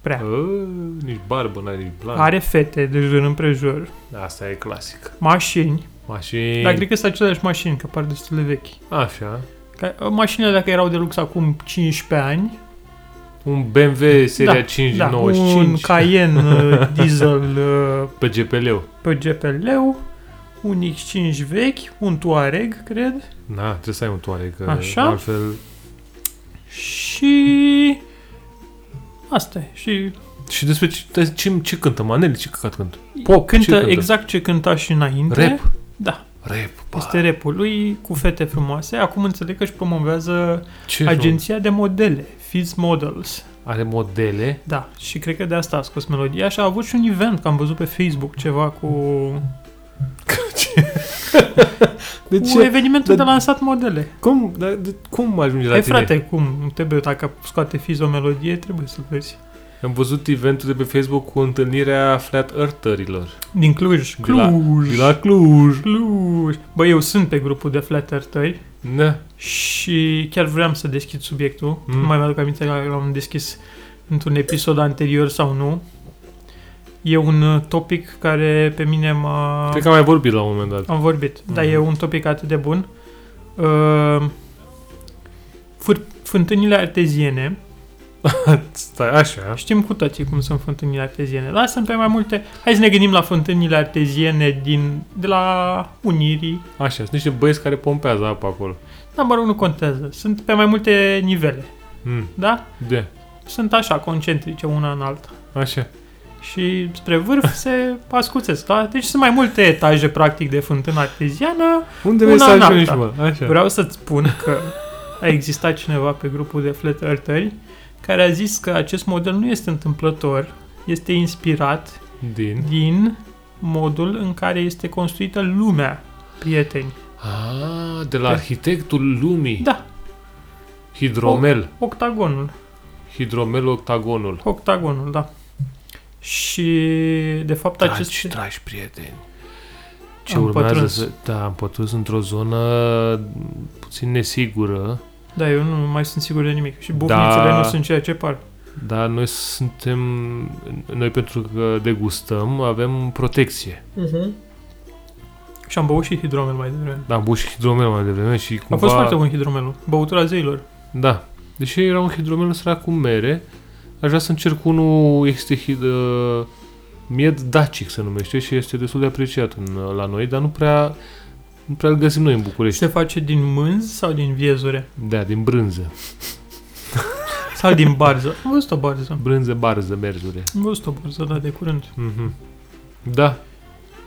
Prea. Uh, nici barbă, n-are nici blană. Are fete de jur împrejur, Asta e clasic. mașini, Mașini... dar cred că sunt aceleași mașini, că par destul de vechi. Așa. Ca, uh, mașinile dacă erau de lux acum 15 ani, Un BMW seria Da, 5 da, 95 un Cayenne uh, diesel uh, pe GPL-ul. pe GPL-ul, un X5 vechi, un Touareg, cred, Na, trebuie să ai un toare, că Așa? altfel... și... Asta e. Și Și despre ce, dar ce, ce cântă Manele? Ce căcat cântă? Pop, cântă, ce cântă? exact ce cânta și înainte. Rap? Da. Rap, ba, Este repul lui cu fete frumoase. Acum înțeleg că își promovează ce agenți... agenția de modele, Fizz Models. Are modele? Da, și cred că de asta a scos melodia și a avut și un event, că am văzut pe Facebook ceva cu... De Cu evenimentul Dar- de lansat modele. Cum, da, de, cum ajunge la Ei, tine? frate, cum? Nu Trebuie, dacă scoate Fizz o melodie, trebuie să vezi. Am văzut eventul de pe Facebook cu întâlnirea Flat Eartherilor. Din Cluj. De la- Cluj. De la Cluj. Cluj. Bă, eu sunt pe grupul de flat eartheri Da. Și chiar vreau să deschid subiectul. Mm. Mm. Nu mai mi-aduc aminte că l-am deschis într-un episod anterior sau nu. E un uh, topic care pe mine m-a... Cred că am mai vorbit la un moment dat. Am vorbit, mm. dar Mhm. e un topic atât de bun. Uh, fâr- fântânile arteziene. Stai, așa. Știm cu toții cum sunt fântânile arteziene, dar sunt pe mai multe... Hai să ne gândim la fântânile arteziene din, de la Unirii. Așa, sunt niște băieți care pompează apa acolo. Dar mă rog, nu contează. Sunt pe mai multe nivele, Mm. da? De. sunt așa, concentrice una în alta. Așa. Și spre vârf se ascuțesc. Da? Deci sunt mai multe etaje, practic, de fântână arteziană. Unde Una vrei să în ajungi, mă? alta. Așa. Vreau să-ți spun că a existat cineva pe grupul de flat eartheri care a zis că acest model nu este întâmplător, este inspirat Din. din modul în care este construită lumea, prieteni. Ah, de la Pe- arhitectul lumii. Da. Hidromel. Octagonul. Hidromel octagonul. Octagonul, da. Și, de fapt, Dragi, aceste... dragi prieteni. Ce Am urmează pătruns. să... Da, am pătruns într-o zonă puțin nesigură Da, eu nu mai sunt sigur de nimic. Și bufnițele Da. nu sunt ceea ce par. Dar noi suntem, noi pentru că degustăm, avem protecție. Uh-huh. Și am băut și hidromel mai devreme. Da, am băut și hidromel mai devreme și cumva... A fost foarte bun hidromelul. Băutura zeilor. Da. Deși era un hidromel sărac cu mere, aș vrea să încerc unul, este hid, uh, mied dacic se numește și este destul de apreciat în, uh, la noi, dar nu prea, nu prea îl găsim noi în București. Se face din mânz sau din viezure? Da, din brânză. Sau din barză? Am văzut o barză. Brânză, barză, merzure. Am văzut o barză, da, de curând. Mhm. Da,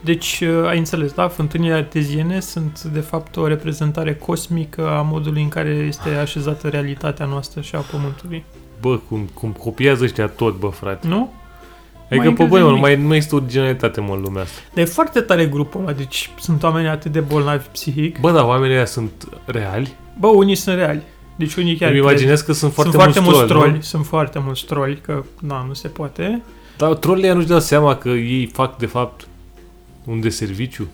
Deci, uh, ai înțeles, da? Fântânile arteziene sunt, de fapt, o reprezentare cosmică a modului în care este așezată realitatea noastră și a Pământului. bă, cum, cum copiază ăștia tot, bă, frate. Nu? Adică, mai pe băi, mă, nu nimic. mai, nu mai este originalitate, mă, în lumea asta. Dar e foarte tare grupul ăla, deci sunt oameni atât de bolnavi psihic. Bă, da, oamenii ăia sunt reali. Bă, unii sunt reali. Deci unii chiar Îmi cred. imaginez că sunt foarte, sunt foarte mulți nu? troli, sunt foarte mulți troli, că na, nu se poate. Dar trolii ăia nu-și dau seama că ei fac, de fapt, un deserviciu.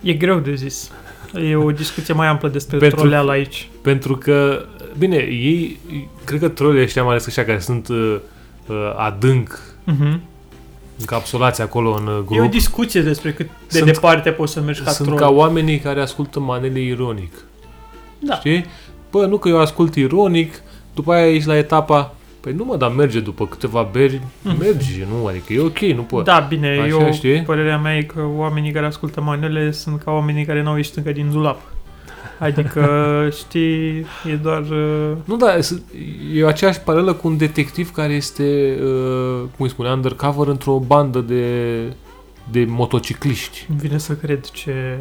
E greu de zis. E o discuție mai amplă despre Pentru- Pentru... troleală aici. Pentru că, bine, ei, cred că trolii ăștia, mai ales ăștia care sunt uh, uh, adânc Uh-huh. încapsulați acolo în uh, E o grup, discuție despre cât de Sunt- departe poți să mergi ca sunt troll. ca oamenii care ascultă manele ironic. Da. Știi? Bă, nu că eu ascult ironic, după aia ești la etapa... Păi nu mă, dar merge după câteva beri, Mhm. merge, nu? Adică e ok, nu pot. Da, bine, Așa, eu, știi? părerea mea e că oamenii care ascultă manele sunt ca oamenii care n-au ieșit încă din dulap. Adică, știi, e doar... uh, Nu, da, s- e aceeași paralelă cu un detectiv care este, uh, cum îi spune, undercover într-o bandă de, de motocicliști. Îmi vine să cred ce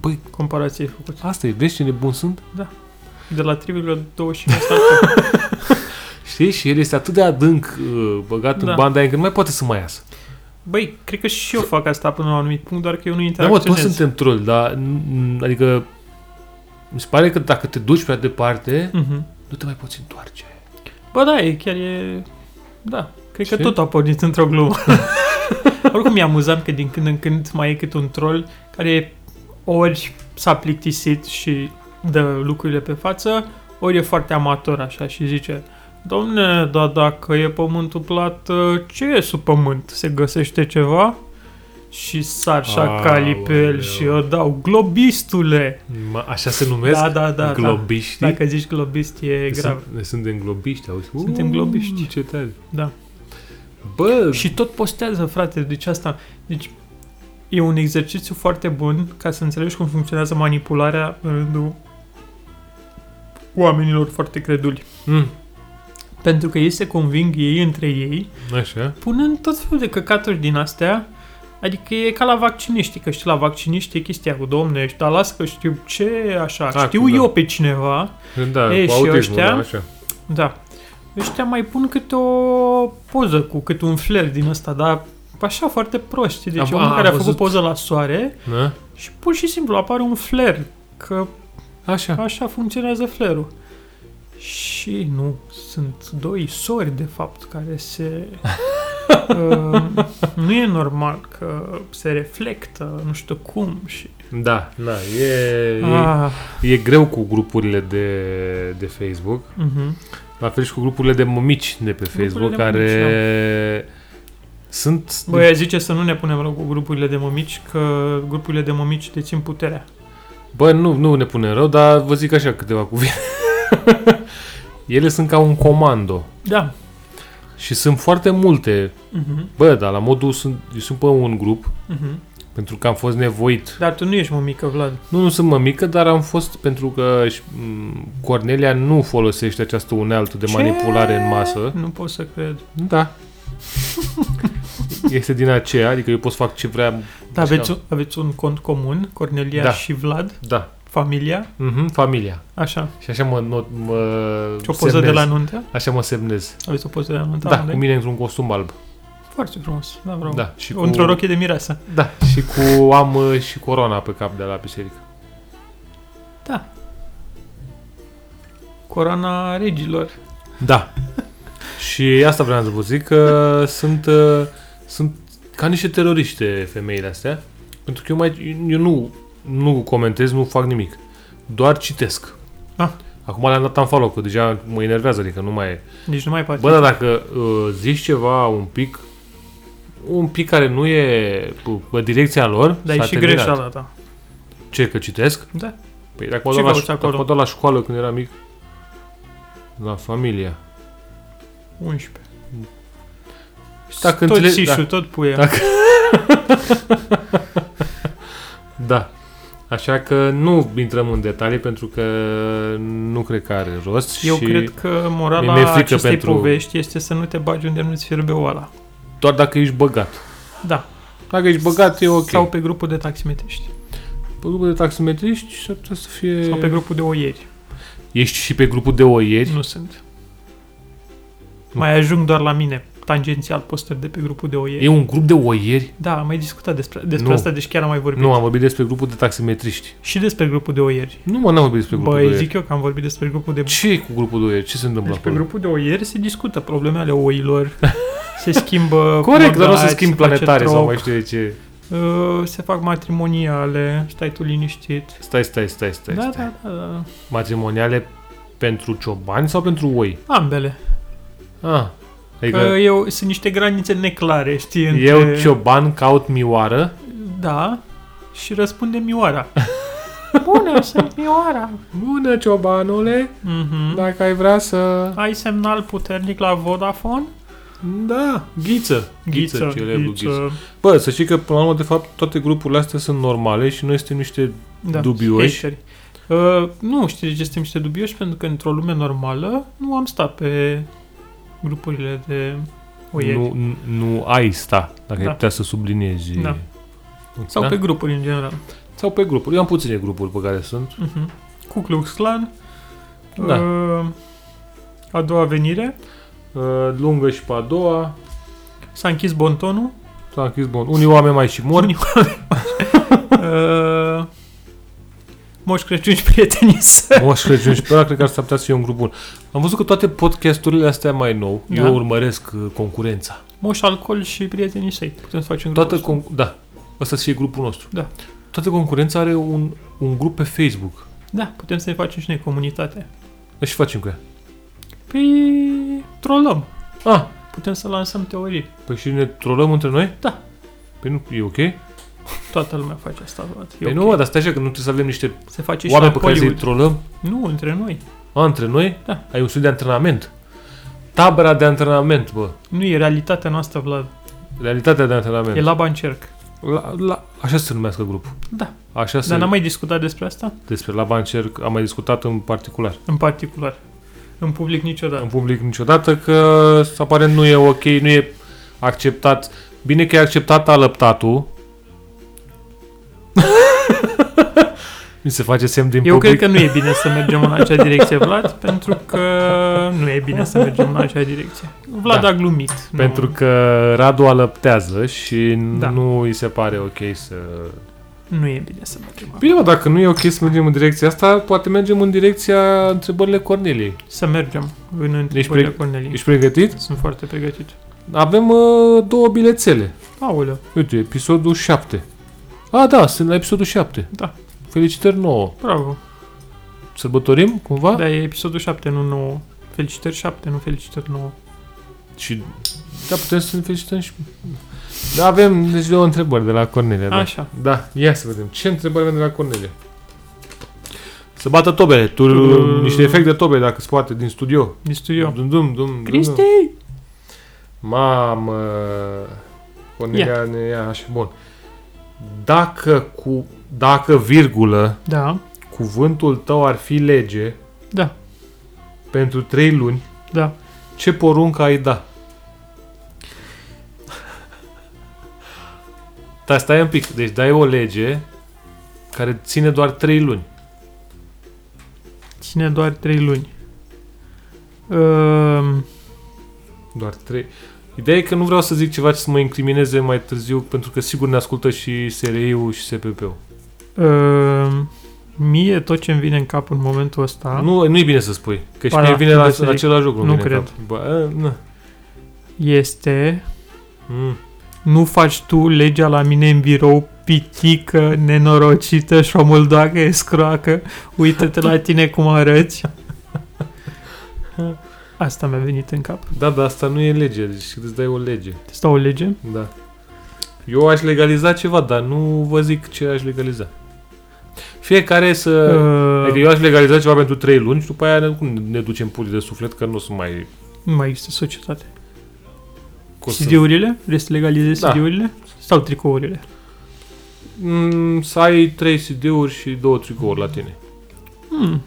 Băi, comparație ai făcut. asta e, vezi ce nebun sunt? De la triviul 20 Știi? Și el este atât de adânc uh, băgat da. Da. în banda aia, încât nu mai poate să mai iasă. Băi, cred că și eu fac asta până la un anumit punct, doar că eu nu Da, mă, toți interacționez. suntem troll, dar, n- n- adică, mi se pare că dacă te duci prea departe, Mhm. nu te mai poți întoarce. Bă, da, e chiar e... Da, cred că Știi? tot a pornit într-o glumă. Oricum e amuzant că din când în când mai e cât un troll care ori s-a plictisit și dă lucrurile pe față, ori e foarte amator așa și zice Domne, dar dacă e pământul plat, ce e sub pământ? Se găsește ceva? Și sar șacalii pe el Aoleu. și o dau globistule! Ma, așa se numesc? Da, da, da, da. Globiștii? Dacă zici globist e grav. Sunt- Ne suntem globiști, auzi? Suntem globiști. Ce tare. Da. Bă, Și tot postează, frate, deci asta... Deci e un exercițiu foarte bun ca să înțelegi cum funcționează manipularea în rândul oamenilor foarte creduli. Mm, Pentru că ei se conving ei între ei, așa. punând tot felul de căcaturi din astea, Adică e ca la vacciniști, că știi, la vacciniști e chestia cu domne, ești, dar las că știu ce, așa, Acum, știu da. eu pe cineva, Da, Ei, cu și autismul, ăștia? da, așa. Da. Ăștia mai pun câte o poză cu câte un flair din ăsta, dar așa foarte proști. știi? Deci Am- am, omul am care a văzut. făcut poză la soare Da? și pur și simplu apare un flair, că Așa. așa funcționează flerul. Și nu, sunt doi sori, de fapt, care se... uh, nu e normal că se reflectă, nu știu cum și... Da, da, e, e, Ah, e greu cu grupurile de, de Facebook. uh-huh. La fel și cu grupurile de mămici de pe Facebook, de da. care sunt... Băi, aș zice să nu ne punem rău cu grupurile de mămici, că grupurile de mămici dețin puterea. Bă, nu, nu ne punem rău, dar vă zic așa câteva cuvinte. Ele sunt ca un comando Da. și sunt foarte multe. Mhm, Bă, dar la modul sunt, eu sunt pe un grup mhm. pentru că am fost nevoit. Dar tu nu ești mămică, Vlad. Nu, nu sunt mămică, dar am fost pentru că și, m, Cornelia nu folosește această unealtă de Ce? manipulare în masă. Nu pot să cred. Da. este din aceea, adică eu pot să fac ce vreau. Dar aveți, un- aveți un cont comun, Cornelia Da. și Vlad, Da. familia, Mhm, familia. așa. Și așa mă, not, mă Și o poză de la nuntă? Așa mă semnez. Aveți o poză de la nuntă? Da, da cu amândoi? mine într-un costum alb. Foarte frumos, da, bravo. Da, și cu, Într-o rochie de mireasă. Da, și cu am uh, și corona pe cap de la biserică. Corona regilor. Da. și asta vreau să vă zic că sunt uh, sunt ca niște teroriste femeile astea, pentru că eu mai eu nu nu comentez, nu fac nimic. Doar citesc. Ah. Acum le-am dat unfollow, că deja mă enervează, adică nu mai e. Deci nu mai poate. Bă, dar dacă uh, zici ceva un pic, un pic care nu e p- pe direcția lor, dar e s-a și terminat. greșeala ta. Ce, că citesc? Da. Păi dacă mă Ce duc la, cauți ș- acolo? dacă mă duc la școală când eram mic, la familia. 11. Și dacă tot înțeleg- sișul, da. tot puia. Dacă- Da. Așa că nu intrăm în detalii pentru că nu cred că are rost Eu și cred că mi-e morala frică acestei pentru- povești este să nu te bagi unde nu-ți fierbe oala. doar dacă ești băgat. Da. Dacă ești băgat e ok. Sau pe grupul de taximetriști. Pe grupul de taximetriști s-ar putea să fie... Sau pe grupul de oieri. Ești și pe grupul de oieri? Nu sunt. Mai ajung doar la mine, tangențial, postări de pe grupul de oieri. E un grup de oieri? Da, am mai discutat despre, despre Nu. asta, deci chiar am mai vorbit. Nu, am vorbit despre grupul de taximetriști. Și despre grupul de oieri. Nu, mă, n-am vorbit despre grupul de Băi, oieri. zic eu că am vorbit despre grupul de... Ce e cu grupul de oieri? Ce se întâmplă Deci pe acolo? grupul de oieri se discută probleme ale oilor. Se schimbă Corect, dar nu coordonați, se schimb se face planetare sau troc, mai știu de ce. uh, Se fac matrimoniale, stai tu liniștit. Stai, stai, stai, stai. Da, stai. da, da, da. Matrimoniale pentru ciobani sau pentru oi? Ambele. Ah, Că adică eu, sunt niște granițe neclare, știi? Între... eu cioban caut mioară, Da. Și răspunde Mioara. Bună, sunt Mioara. Bună, ciobanule! Mhm. Dacă ai vrea să... Ai semnal puternic la Vodafone? Da, ghiță. Ghiță, celebrul ghiță. Bă, să știi că, până la urmă, de fapt, toate grupurile astea sunt normale și noi suntem niște... da. Dubioși. hateri. Uh, nu, știi de ce suntem niște dubioși? Pentru că într-o lume normală nu am stat pe grupurile de oieri. Nu, nu- nu ai sta, dacă da. Da. ai putea să subliniezi. Da. Sau da? pe grupuri în general. Sau pe grupuri. Eu am puține grupuri pe care sunt. Uh-huh. Ku Klux Klan. Da. Uh, a doua venire. Uh, lungă și pe a doua. S-a închis bontonul. S-a închis bun. Unii oameni mai și mor. Unii oameni- Uh, Moș Crăciun și prietenii săi. Moș Crăciun și pe ăla cred că ar s-ar putea să fie un grup bun. Am văzut că toate podcasturile astea mai nou, Da. eu urmăresc uh, concurența. Moș Alcool și prietenii săi. Putem să facem Toată grupul con- da, ăsta să fie grupul nostru. Da. Toată concurența are un, un grup pe Facebook. ăsta. Da, putem să ne facem și noi comunitate. Dar și facem cu ea. Păi, trolăm. Ah, Putem să lansăm teorii. păi și ne trolăm între noi? Da. Păi nu, e ok? E Toată lumea face asta. Vlad. E păi ok. nu, mă, dar stai așa că nu trebuie să avem niște Se face oameni și pe la care să-i Hollywood. trolăm. Nu, între noi. A, între noi? Da. Ai un studiu de antrenament. Tabăra de antrenament, bă. Nu e realitatea noastră, Vlad. Realitatea de antrenament. E la bancerc. La, la, așa se numească grupul. Da. Așa se... Dar n-am mai discutat despre asta? Despre la bancer am mai discutat în particular. În particular. În public În niciodată. public niciodată că s- aparent nu e ok, nu e acceptat. Bine că e acceptat alăptatul. Mi se face semn din Eu public. cred că nu e bine să mergem în acea direcție, Vlad, pentru că nu e bine să mergem în acea direcție. Vlad Da. a glumit. nu. Pentru că Radu alăptează și Da. nu îi se pare ok să Nu e bine să mergem acolo. Bine, mă, dacă nu e ok să mergem în direcția asta, poate mergem în direcția întrebările Corneliei. Să mergem în întrebările Deci pre- deci- Cornelii. Ești pregătit? Sunt foarte pregătit. Avem uh, două bilețele. Aoleu, Uite, episodul 7. A, da, sunt la episodul 7. Da. Felicitări nouă. bravo. Sărbătorim cumva? Dar Da, e episodul 7, nu 9. Felicitări 7, nu felicitări 9. Și da, putem să ne felicităm și... Da, avem deci două întrebări de la Cornelia. Da. Așa. da, ia să vedem. Ce întrebări avem de la Cornelia? Să bată tobele. Tu, Tu- niște efecte de tobe, dacă se poate, din studio. Din studio. Dum, dum, dum, dum, dum. Cristi! Mamă! Cornelia ne ia așa. Bun. Dacă cu... Dacă, virgulă, Da, cuvântul tău ar fi lege da, pentru trei luni, da. ce poruncă ai da? Dar stai un pic. Deci dai o lege care ține doar trei luni. Ține doar 3 luni. Ehm, Doar trei. Ideea e că nu vreau să zic ceva ce să mă incrimineze mai târziu, pentru că sigur ne ascultă și SRI-ul și SPP-ul. ehm, Mie tot ce îmi vine în cap în momentul ăsta... Nu, nu e bine să spui, că și Da? Ba mie da, vine la, trebuie să la zic. același lucru. Nu îmi vine cred. în cap. Ba, a, na. este Mm. nu faci tu legea la mine în birou pitică, nenorocită, șomoldoacă, escroacă, uită-te la tine cum arăți. Asta mi-a venit în cap. Da, dar asta nu e lege, deci îți dai o lege. Te stau o lege? Da. Eu aș legaliza ceva, dar nu vă zic ce aș legaliza. Fiecare să... Uh, Adică eu aș legaliza ceva pentru 3 luni și după aia ne, cum ne ducem puli de suflet că nu sunt mai... nu mai există societate. cum să- CD-urile? Vrei să legalizezi Da. CD-urile? Sau tricourile? Mm, să ai 3 CD-uri și 2 tricouri la tine. Hmm.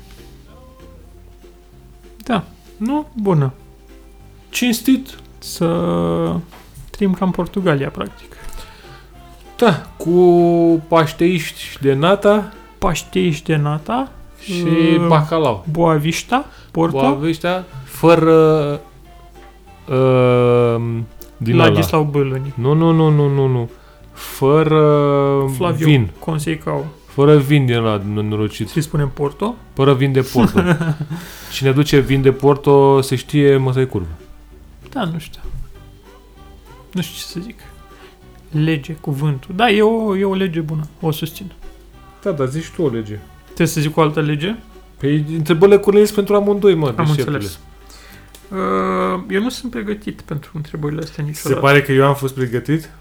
Da, Nu? bună. Cinstit? Să trăim ca în Portugalia, practic. Da. Cu pașteiști de nata Pașteiști de nata, și Mm. bacalau. boavista, porto, Porto? Ăștia, fără... Uh, din ăla. Ladislau Bălâni. Nu, nu, nu, nu, nu, nu. Fără Flaviu vin. Conseicao. Fără vin din la norocit. Să-i spunem Porto. Fără vin de Porto. Cine duce vin de Porto se știe măsai curvă. Da, nu știu. Nu știu ce să zic. Lege, cuvântul. Da, e o, e o lege bună. O susțin. Da, dar zici tu o lege. Trebuie să zic o altă lege? Păi întrebările curleți pentru amândoi, mă. Am deșteptule. înțeles. Uh, eu nu sunt pregătit pentru întrebările astea Se niciodată. pare că eu am fost pregătit?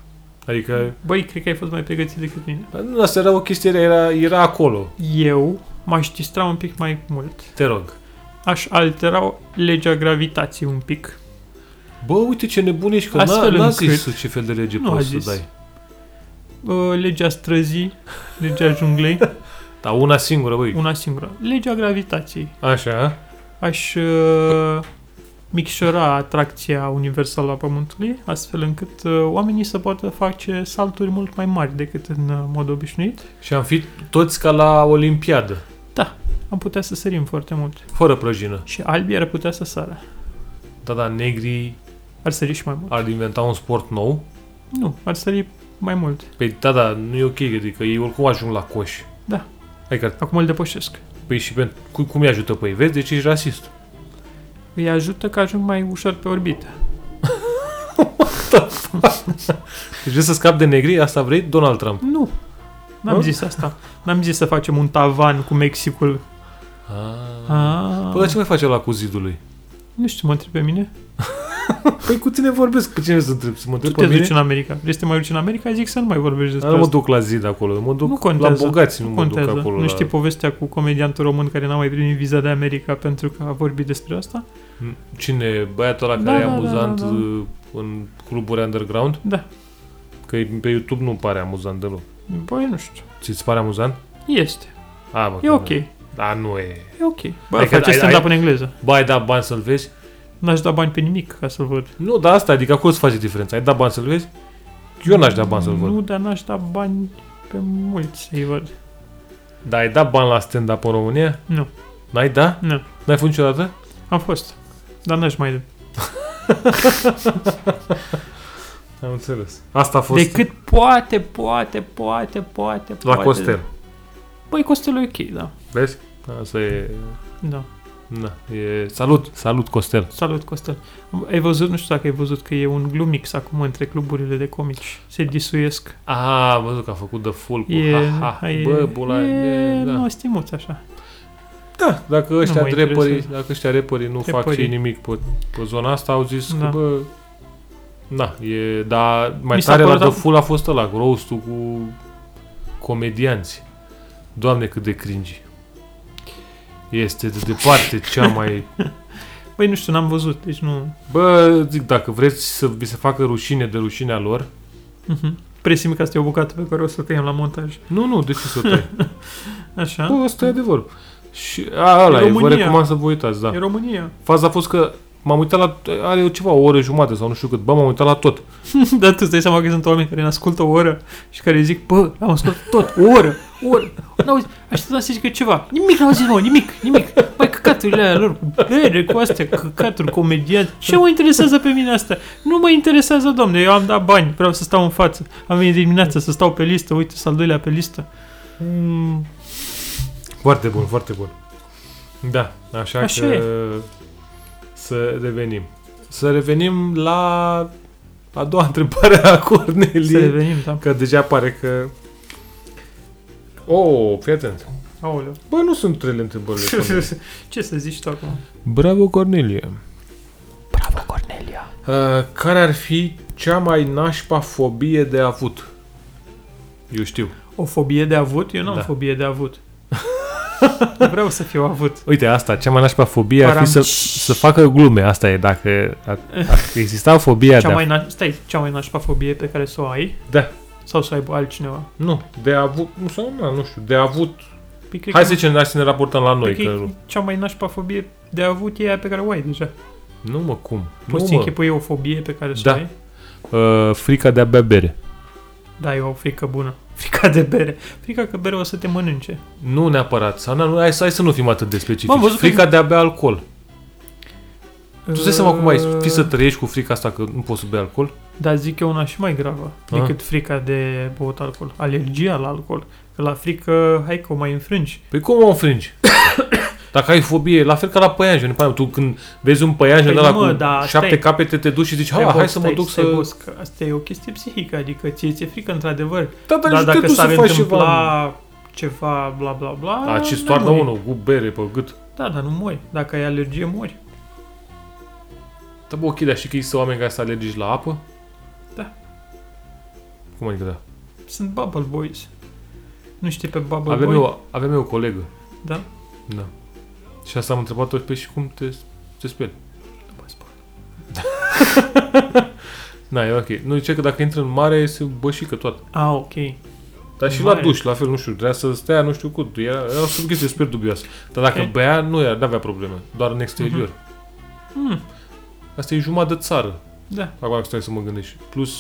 Adică... Băi, cred că ai fost mai pregătit decât mine. Dar Nu, asta era o chestie, era, era acolo. Eu m-aș distra un pic mai mult. Te rog. Aș altera legea gravitației un pic. Bă, uite ce nebun ești, că n-a, Astfel n-a încât- zis ce fel de lege Nu a poți zis. să dai. Uh, legea străzii, legea junglei, Dar una singură, băi. una singură. Legea gravitației. Așa. Aș uh, micșora atracția universală a Pământului, astfel încât uh, oamenii să poată face salturi mult mai mari decât în uh, mod obișnuit. Și am fi toți ca la Olimpiadă. Am putea să sărim foarte mult. Fără prăjină. Și albii ar putea să sară. Da, da, negrii Ar sări și mai mult. ar inventa un sport nou. Nu, ar sări mai mult. Păi da, da, nu e ok, adică ei oricum ajung la coș. Da. Adică, Acum îl depășesc. păi și pentru, cu- cum îi ajută pe ei? Vezi, deci ești rasist. Îi ajută că ajung mai ușor pe orbită. Deci vrei să scap de negri? Asta vrei? Donald Trump. Nu. N-am Hă? zis asta. N-am zis să facem un tavan cu Mexicul. Ah. Ah, Păi dar ce mai face la cu zidul lui? nu știu, mă întreb pe mine. Păi cu tine vorbesc, cu cine să întreb? Să mă Tu întreb te pe duci mine? în America. Vrei să te mai duci în America? Zic să nu mai vorbești Dar despre nu mă asta. duc la zid acolo, eu mă duc Nu contează, la bogați, nu, mă Contează. duc acolo Nu la... știi povestea cu comediantul român care n-a mai primit viza de America pentru că a vorbit despre asta? Cine, băiatul ăla Da, care e da, da, amuzant da, da. uh, în cluburi underground? Da. Că e- pe YouTube nu pare amuzant deloc. Băi, Păi, nu știu. Ți-ți pare amuzant? Este. A, bă, E că- ok. E Da, nu e. ok. Bă, Adică face ai- stand-up ai- în engleză. Ba, ai dat bani să-l vezi? N-aș da bani pe nimic ca să-l văd. Nu, dar asta, adică acolo se face diferența. Ai dat bani să-l vezi? Eu n-aș da bani să-l văd. Nu, dar n-aș da bani pe mulți să-i văd. Dar ai dat bani la stand-up în România? Nu. N-ai da? Nu. N-ai fost niciodată? Am fost. Dar n-aș mai da. Am înțeles. Asta a fost Decât poate, poate, poate, poate, la poate. Costel. Băi, Costel e ok, da. Vezi? Asta e... Da. Na, e... Salut! Salut, Costel! Salut, Costel. Ai văzut, nu știu dacă ai văzut, că e un glumix acum între cluburile de comici. Se disuiesc. A, am văzut că a făcut de full cu E, ha, ha. e, Bă, bula... e, E, da. nu, stimuț așa. da. Dacă ăștia mă dreperii, interesează. dacă ăștia reperii nu fac Rapperii. și nimic pe, pe zona asta, au zis Da. că, bă... Na, e... Dar mai Mi s-a tare la părut The a- Full a fost ăla, cu roast-ul cu comedianți. Doamne, cât de cringi. Este de departe cea mai Băi, nu știu, n-am văzut, deci nu... Bă, zic, dacă vreți să vi se facă rușine de rușinea lor, Mhm. Presim că asta e o bucată pe care o să o tăiem la montaj. nu, nu, de ce să o tăi? Așa? Bă, asta e adevărul. Și a, ăla, E e, vă România. recomand să vă uitați, E da. România. Faza a fost că m-am uitat la, are ceva, o oră jumate sau nu știu cât, bă, m-am uitat la tot. Dar Da, tu îți dai seama că sunt oameni care ne ascultă o oră și care zic, bă, am ascultat tot, o oră, o oră, n-auzi, așteptam să zică ceva, nimic n-au zis, mă, nimic, nimic, mai căcaturile alea lor, cu bere, cu astea, căcaturi, comedianți, ce mă interesează pe mine asta? Nu mă interesează, domne, eu am dat bani, vreau să stau în față, am venit dimineața să stau pe listă, uite, sunt al doilea pe listă. Mm, Foarte bun, foarte bun. Da, așa, Așa că e. să revenim. Să revenim la a doua întrebare a să Cornelie, revenim, da. că deja pare că Oh, fii atent. Aoleu. Bă, nu sunt trele întrebările. Sonia. Ce să zici tu acum? Bravo, Cornelia! Bravo, Cornelia! Uh, care ar fi cea mai nașpa fobie de avut? Eu știu. O fobie de avut? Eu n-am Da. fobie de avut. Nu Vreau să fiu avut. Uite, asta, cea mai nașpa fobie ar fi Param- să, să facă glume. Asta e, dacă a, a, exista fobia Cea de a... mai, na- stai, cea mai nașpa fobie pe care să o ai Da, sau să o aibă altcineva? nu, de avut, nu, sau, na, nu știu, de avut... Păi, cred Hai că- să zicem, hai să ne raportăm la noi, cred că că e nu. cea mai nașpa fobie de avut e aia pe care o ai deja. Nu, mă, cum? Nu, Poți să mă. închipui o fobie pe care să Da. o ai? Uh, frica de a bea bere. Da, e o frică bună. Frica de bere. Frica că bere o să te mănânce. Nu neapărat. Sau, na, nu, hai, să- hai să nu fim atât de M-am specifici. văzut că- Frica de a bea alcool. Tu Uh, stai seama cum ai fi să trăiești cu frica asta că nu poți să bei alcool? Dar da, zic eu una și mai gravă Ah. decât frica de băut alcool. Alergia la alcool. Că la frică, hai că o mai înfrângi. Păi cum o înfrângi? Dacă ai fobie, la fel ca la păianjen, păi, tu când vezi un păianjen Păi ăla nu, cu mă, da, șapte stai. capete, te duci și zici, Stai, ha, Da, hai boss, să mă stai, duc stai, să... boss, că Asta e o chestie psihică, adică ție ți-e frică într-adevăr. Da, Dar nici dacă tu să s-ar faci ceva. întâmpla ceva, bla bla bla... A, ce nu stoarnă mori. unul cu bere pe gât. Da, dar nu mori. Dacă ai alergie, mori. Da, bă, ok, dar știi că există oameni care să alergici la apă? Da. Cum adică da? Sunt Bubble Boys. Nu știi pe Bubble Aveam Boy? eu, aveam eu o colegă. Da? Da. Și asta am întrebat-o pe și cum te, te speli. mă spăl. Na, e ok. Nu, zice că dacă intră în mare, se bășică toată. A, Ah, ok. Dar și Mare. la duș, la fel, nu știu, trebuia să stea, nu știu cum, era, era o chestie super dubioasă. Dar dacă Ok. bea, nu era, n-avea probleme, doar în exterior. Mm, Asta e jumătate de țară, da, acum dacă stai să mă gândești. Plus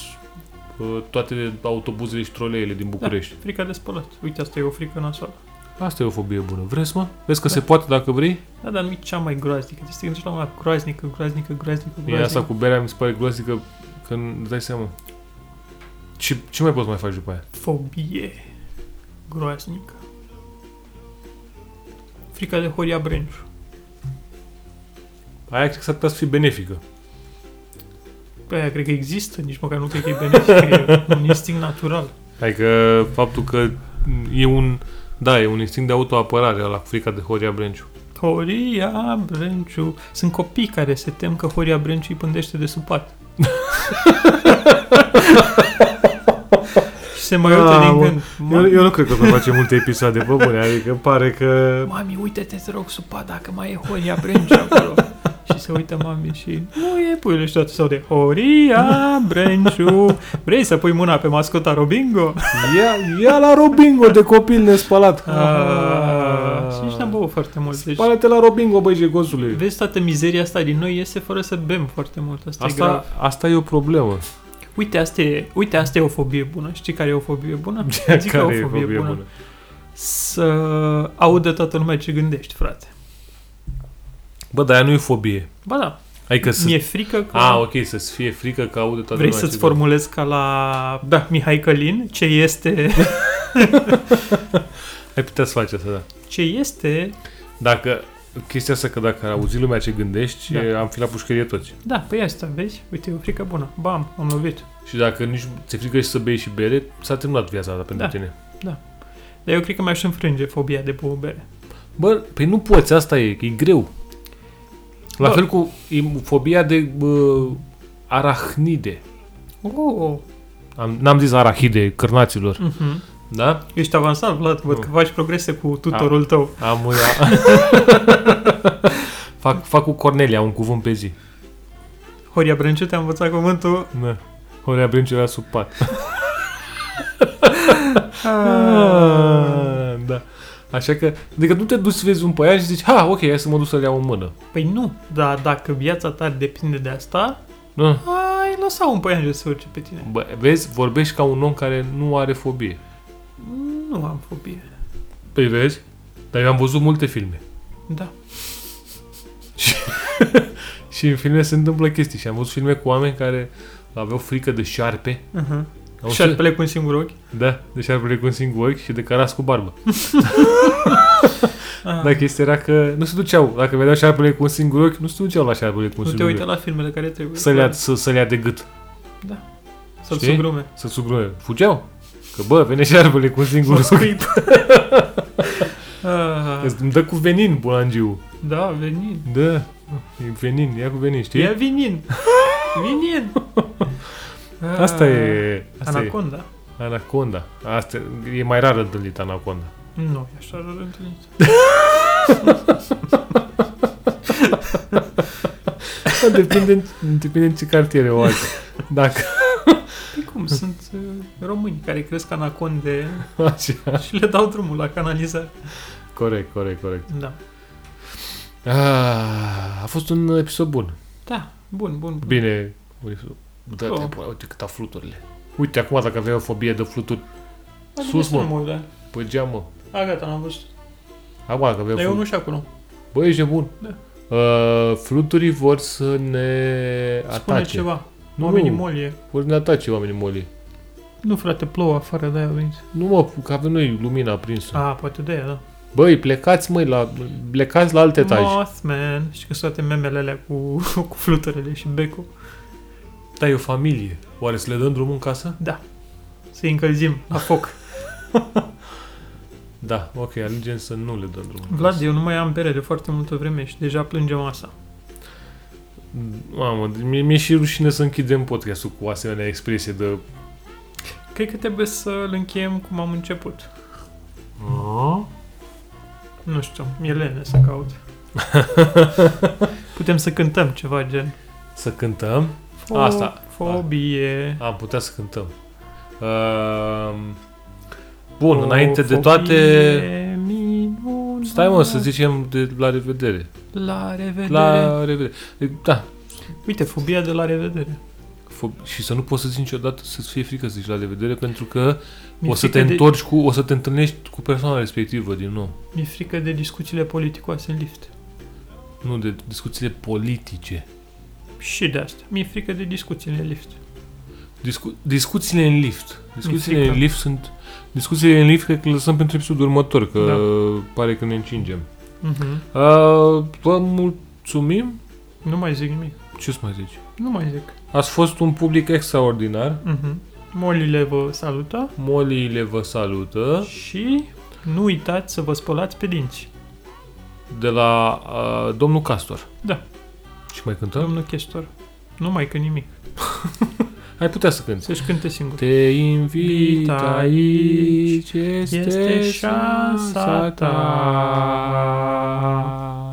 uh, toate autobuzele și troleele din București. frica de spălat. Uite, asta e o frică nasoală. Asta e o fobie bună. Vreți, mă? Vezi că se poate dacă vrei? Da, dar nu e cea mai groaznică. Trebuie să te gândești la una groaznică, groaznică, groaznică, E groaznică. asta cu berea mi se pare groaznică când îți dai seama. Ce, ce mai poți mai faci după aia? Fobie groaznică. Frica de Horia Brenciu. Aia cred că s-ar putea să fie benefică. Pe Păi aia cred că există, nici măcar nu cred că e benefic, e un instinct natural. Adică faptul că e un... Da, e un instinct de autoapărare la frica de Horia Brenciu. Horia Brenciu. Sunt copii care se tem că Horia Brenciu îi pândește de sub pat. Și se mai uită Ah, din mă. gând. Eu, "Mami, eu nu cred că o să facem multe episoade, bă bune, adică îmi pare că... Mami, uite-te, te rog, supa, dacă mai e Horia Brenciu acolo. și se uită mami și nu e puiul și toate sau de Horia Brenciu. Vrei să pui mâna pe mascota Robingo? Ia, ia la Robingo de copil nespălat! Ah, și nici n-am băut foarte mult. Deci, Spală-te la Robingo, băi, jegozule! vezi, toată mizeria asta din noi iese fără să bem foarte mult. Asta, e Asta, grav. asta e o problemă. Uite asta, e, uite, asta e o fobie bună. Știi care e o fobie bună? Zic că Care e fobia bună? Să audă toată lumea ce gândești, frate. Bă, dar aia nu e fobie. Ba da, Adică să... mi-e frică că... A, ok, să-ți fie frică că aude toată Vrei lumea să-ți ce zic. formulez ca la da. Mihai Călin ce este, Ai putea să faci asta, da. ce este, Dacă... Chestia asta că dacă ar auzi lumea ce gândești, Da. e- am fi la pușcărie toți. da, pe asta, vezi? Uite, e o frică bună. Bam, am lovit. Și dacă nici ți-e frică și să bei și bere, s-a terminat viața ta pentru Da. tine. Dar eu cred că mi-aș înfrânge fobia de băubere. Bă, păi nu poți, asta e, că e greu. La Bă. fel cu e fobia de bă, arahnide. Oh, Am, n-am zis arahide, cârnaților, uh-huh. da? Ești avansat, Vlad, văd Nu. că faci progrese cu tutorul tău. Am, a, fac, fac cu Cornelia un cuvânt pe zi. Horia Brânciu te-a învățat cuvântul. Da. Horea Brânciu era sub pat. Ah, da. Așa că, adică nu te duci să vezi un păian și zici, ha, ok, hai să mă duc să-l iau în mână. Păi nu, dar dacă viața ta depinde de asta, Nu. ai lăsa un păianjen să urce pe tine. Da. Bă, vezi, vorbești ca un om care nu are fobie. Nu am fobie. Păi vezi? Dar eu am văzut multe filme. Da. Și în filme se întâmplă chestii. Și am văzut filme cu oameni care aveau frică de șarpe. Uh-huh. Au Șarpele cu un singur ochi. Da, de șarpele cu un singur ochi și de caras cu barbă. Ah, Dar chestia era că nu se duceau. Dacă vedeau șarpele cu un singur ochi, nu se duceau la șarpele cu un nu te singur uita ochi. la filmele care trebuie. Să le, ia, să, să le ia de gât. Să-l Știi? sugrume. Să sugruie. Fugeau. Că bă, vine șarpele cu un singur scuip. Ah, Îți- Îmi dă cu venin bulangiu. da, venin. Da. E venin, ia cu venin, știi? E vinin. Vinin. Ah, da? Asta e... Asta e Anaconda. anaconda. Asta e mai rar întâlnit anaconda. Nu, e așa rar întâlnit. Da, Depinde, depinde în ce cartier o altă. Dacă Păi cum, sunt uh, români care cresc anaconde așa. și le dau drumul la canalizare. Corect, corect, corect. Da. Ah, a fost un episod bun. Da, bun, bun. bun. Bine. Da, Oh. oh. uite cât a fluturile. Uite acum dacă aveai o fobie de fluturi Mai bine sus, să nu mă. mă uit, da. pe geamă. A, gata, n-am văzut. Acum dacă Dar aveai eu nu fluturi. și acolo. Bă, ești nebun. Da. Uh, fluturii vor să ne Spune atace. ceva. Nu. Oamenii molie. Vor să ne atace oamenii moli. Nu, frate, plouă afară, de-aia a venit. Nu mă, că avem noi lumina aprinsă. A, poate de aia, da. Băi, plecați măi, la, plecați la alt etaj. Mothman. Și că sunt toate memele alea cu, cu fluturele și becul. Da, e o familie. Oare să le dăm drumul în casă? Da. Să-i încălzim la foc. Da, ok, alegem să nu le dăm drumul în Vlad, eu nu mai am bere de foarte multă vreme și deja plânge masa. casă. Mamă, mi- mi-e și rușine să închidem podcastul cu asemenea expresie de... Cred că trebuie să-l încheiem cum am început. Nu știu, mi-e lene să caut. Putem să cântăm ceva gen. Să cântăm? Fo- Asta. Fobie. Am putea să cântăm. Uh, bun, O înainte de fobie toate... minunată. Stai mă, să zicem de la revedere. La revedere. La revedere. E, Da, Uite, fobia de la revedere. Fo- și să nu poți să zici niciodată să-ți fie frică să zici la revedere pentru că Mi-e o să frică te de- întorci cu, o să te întâlnești cu persoana respectivă din nou. Mi-e frică de discuțiile politicoase în lift. Nu, de discuțiile politice. Și de asta. Mi-e frică de discuțiile în lift. Discu- discuțiile în lift. Discuțiile frică. în lift sunt... Discuțiile în lift cred că le lăsăm pentru episodul următor, că Da. pare că ne încingem. Mhm. Uh, vă mulțumim. Nu mai zic nimic. Ce să mai zici? Nu mai zic. Ați fost un public extraordinar. Mhm. Molile vă salută Moliile vă salută și nu uitați să vă spălați pe dinți. de la uh, domnul Castor. Da. Și mai cântăm? Domnul Chestor, nu mai că nimic. Ai putea să cânti. Să-și cânte singur. Te invit aici, este, Este șansa șansa ta.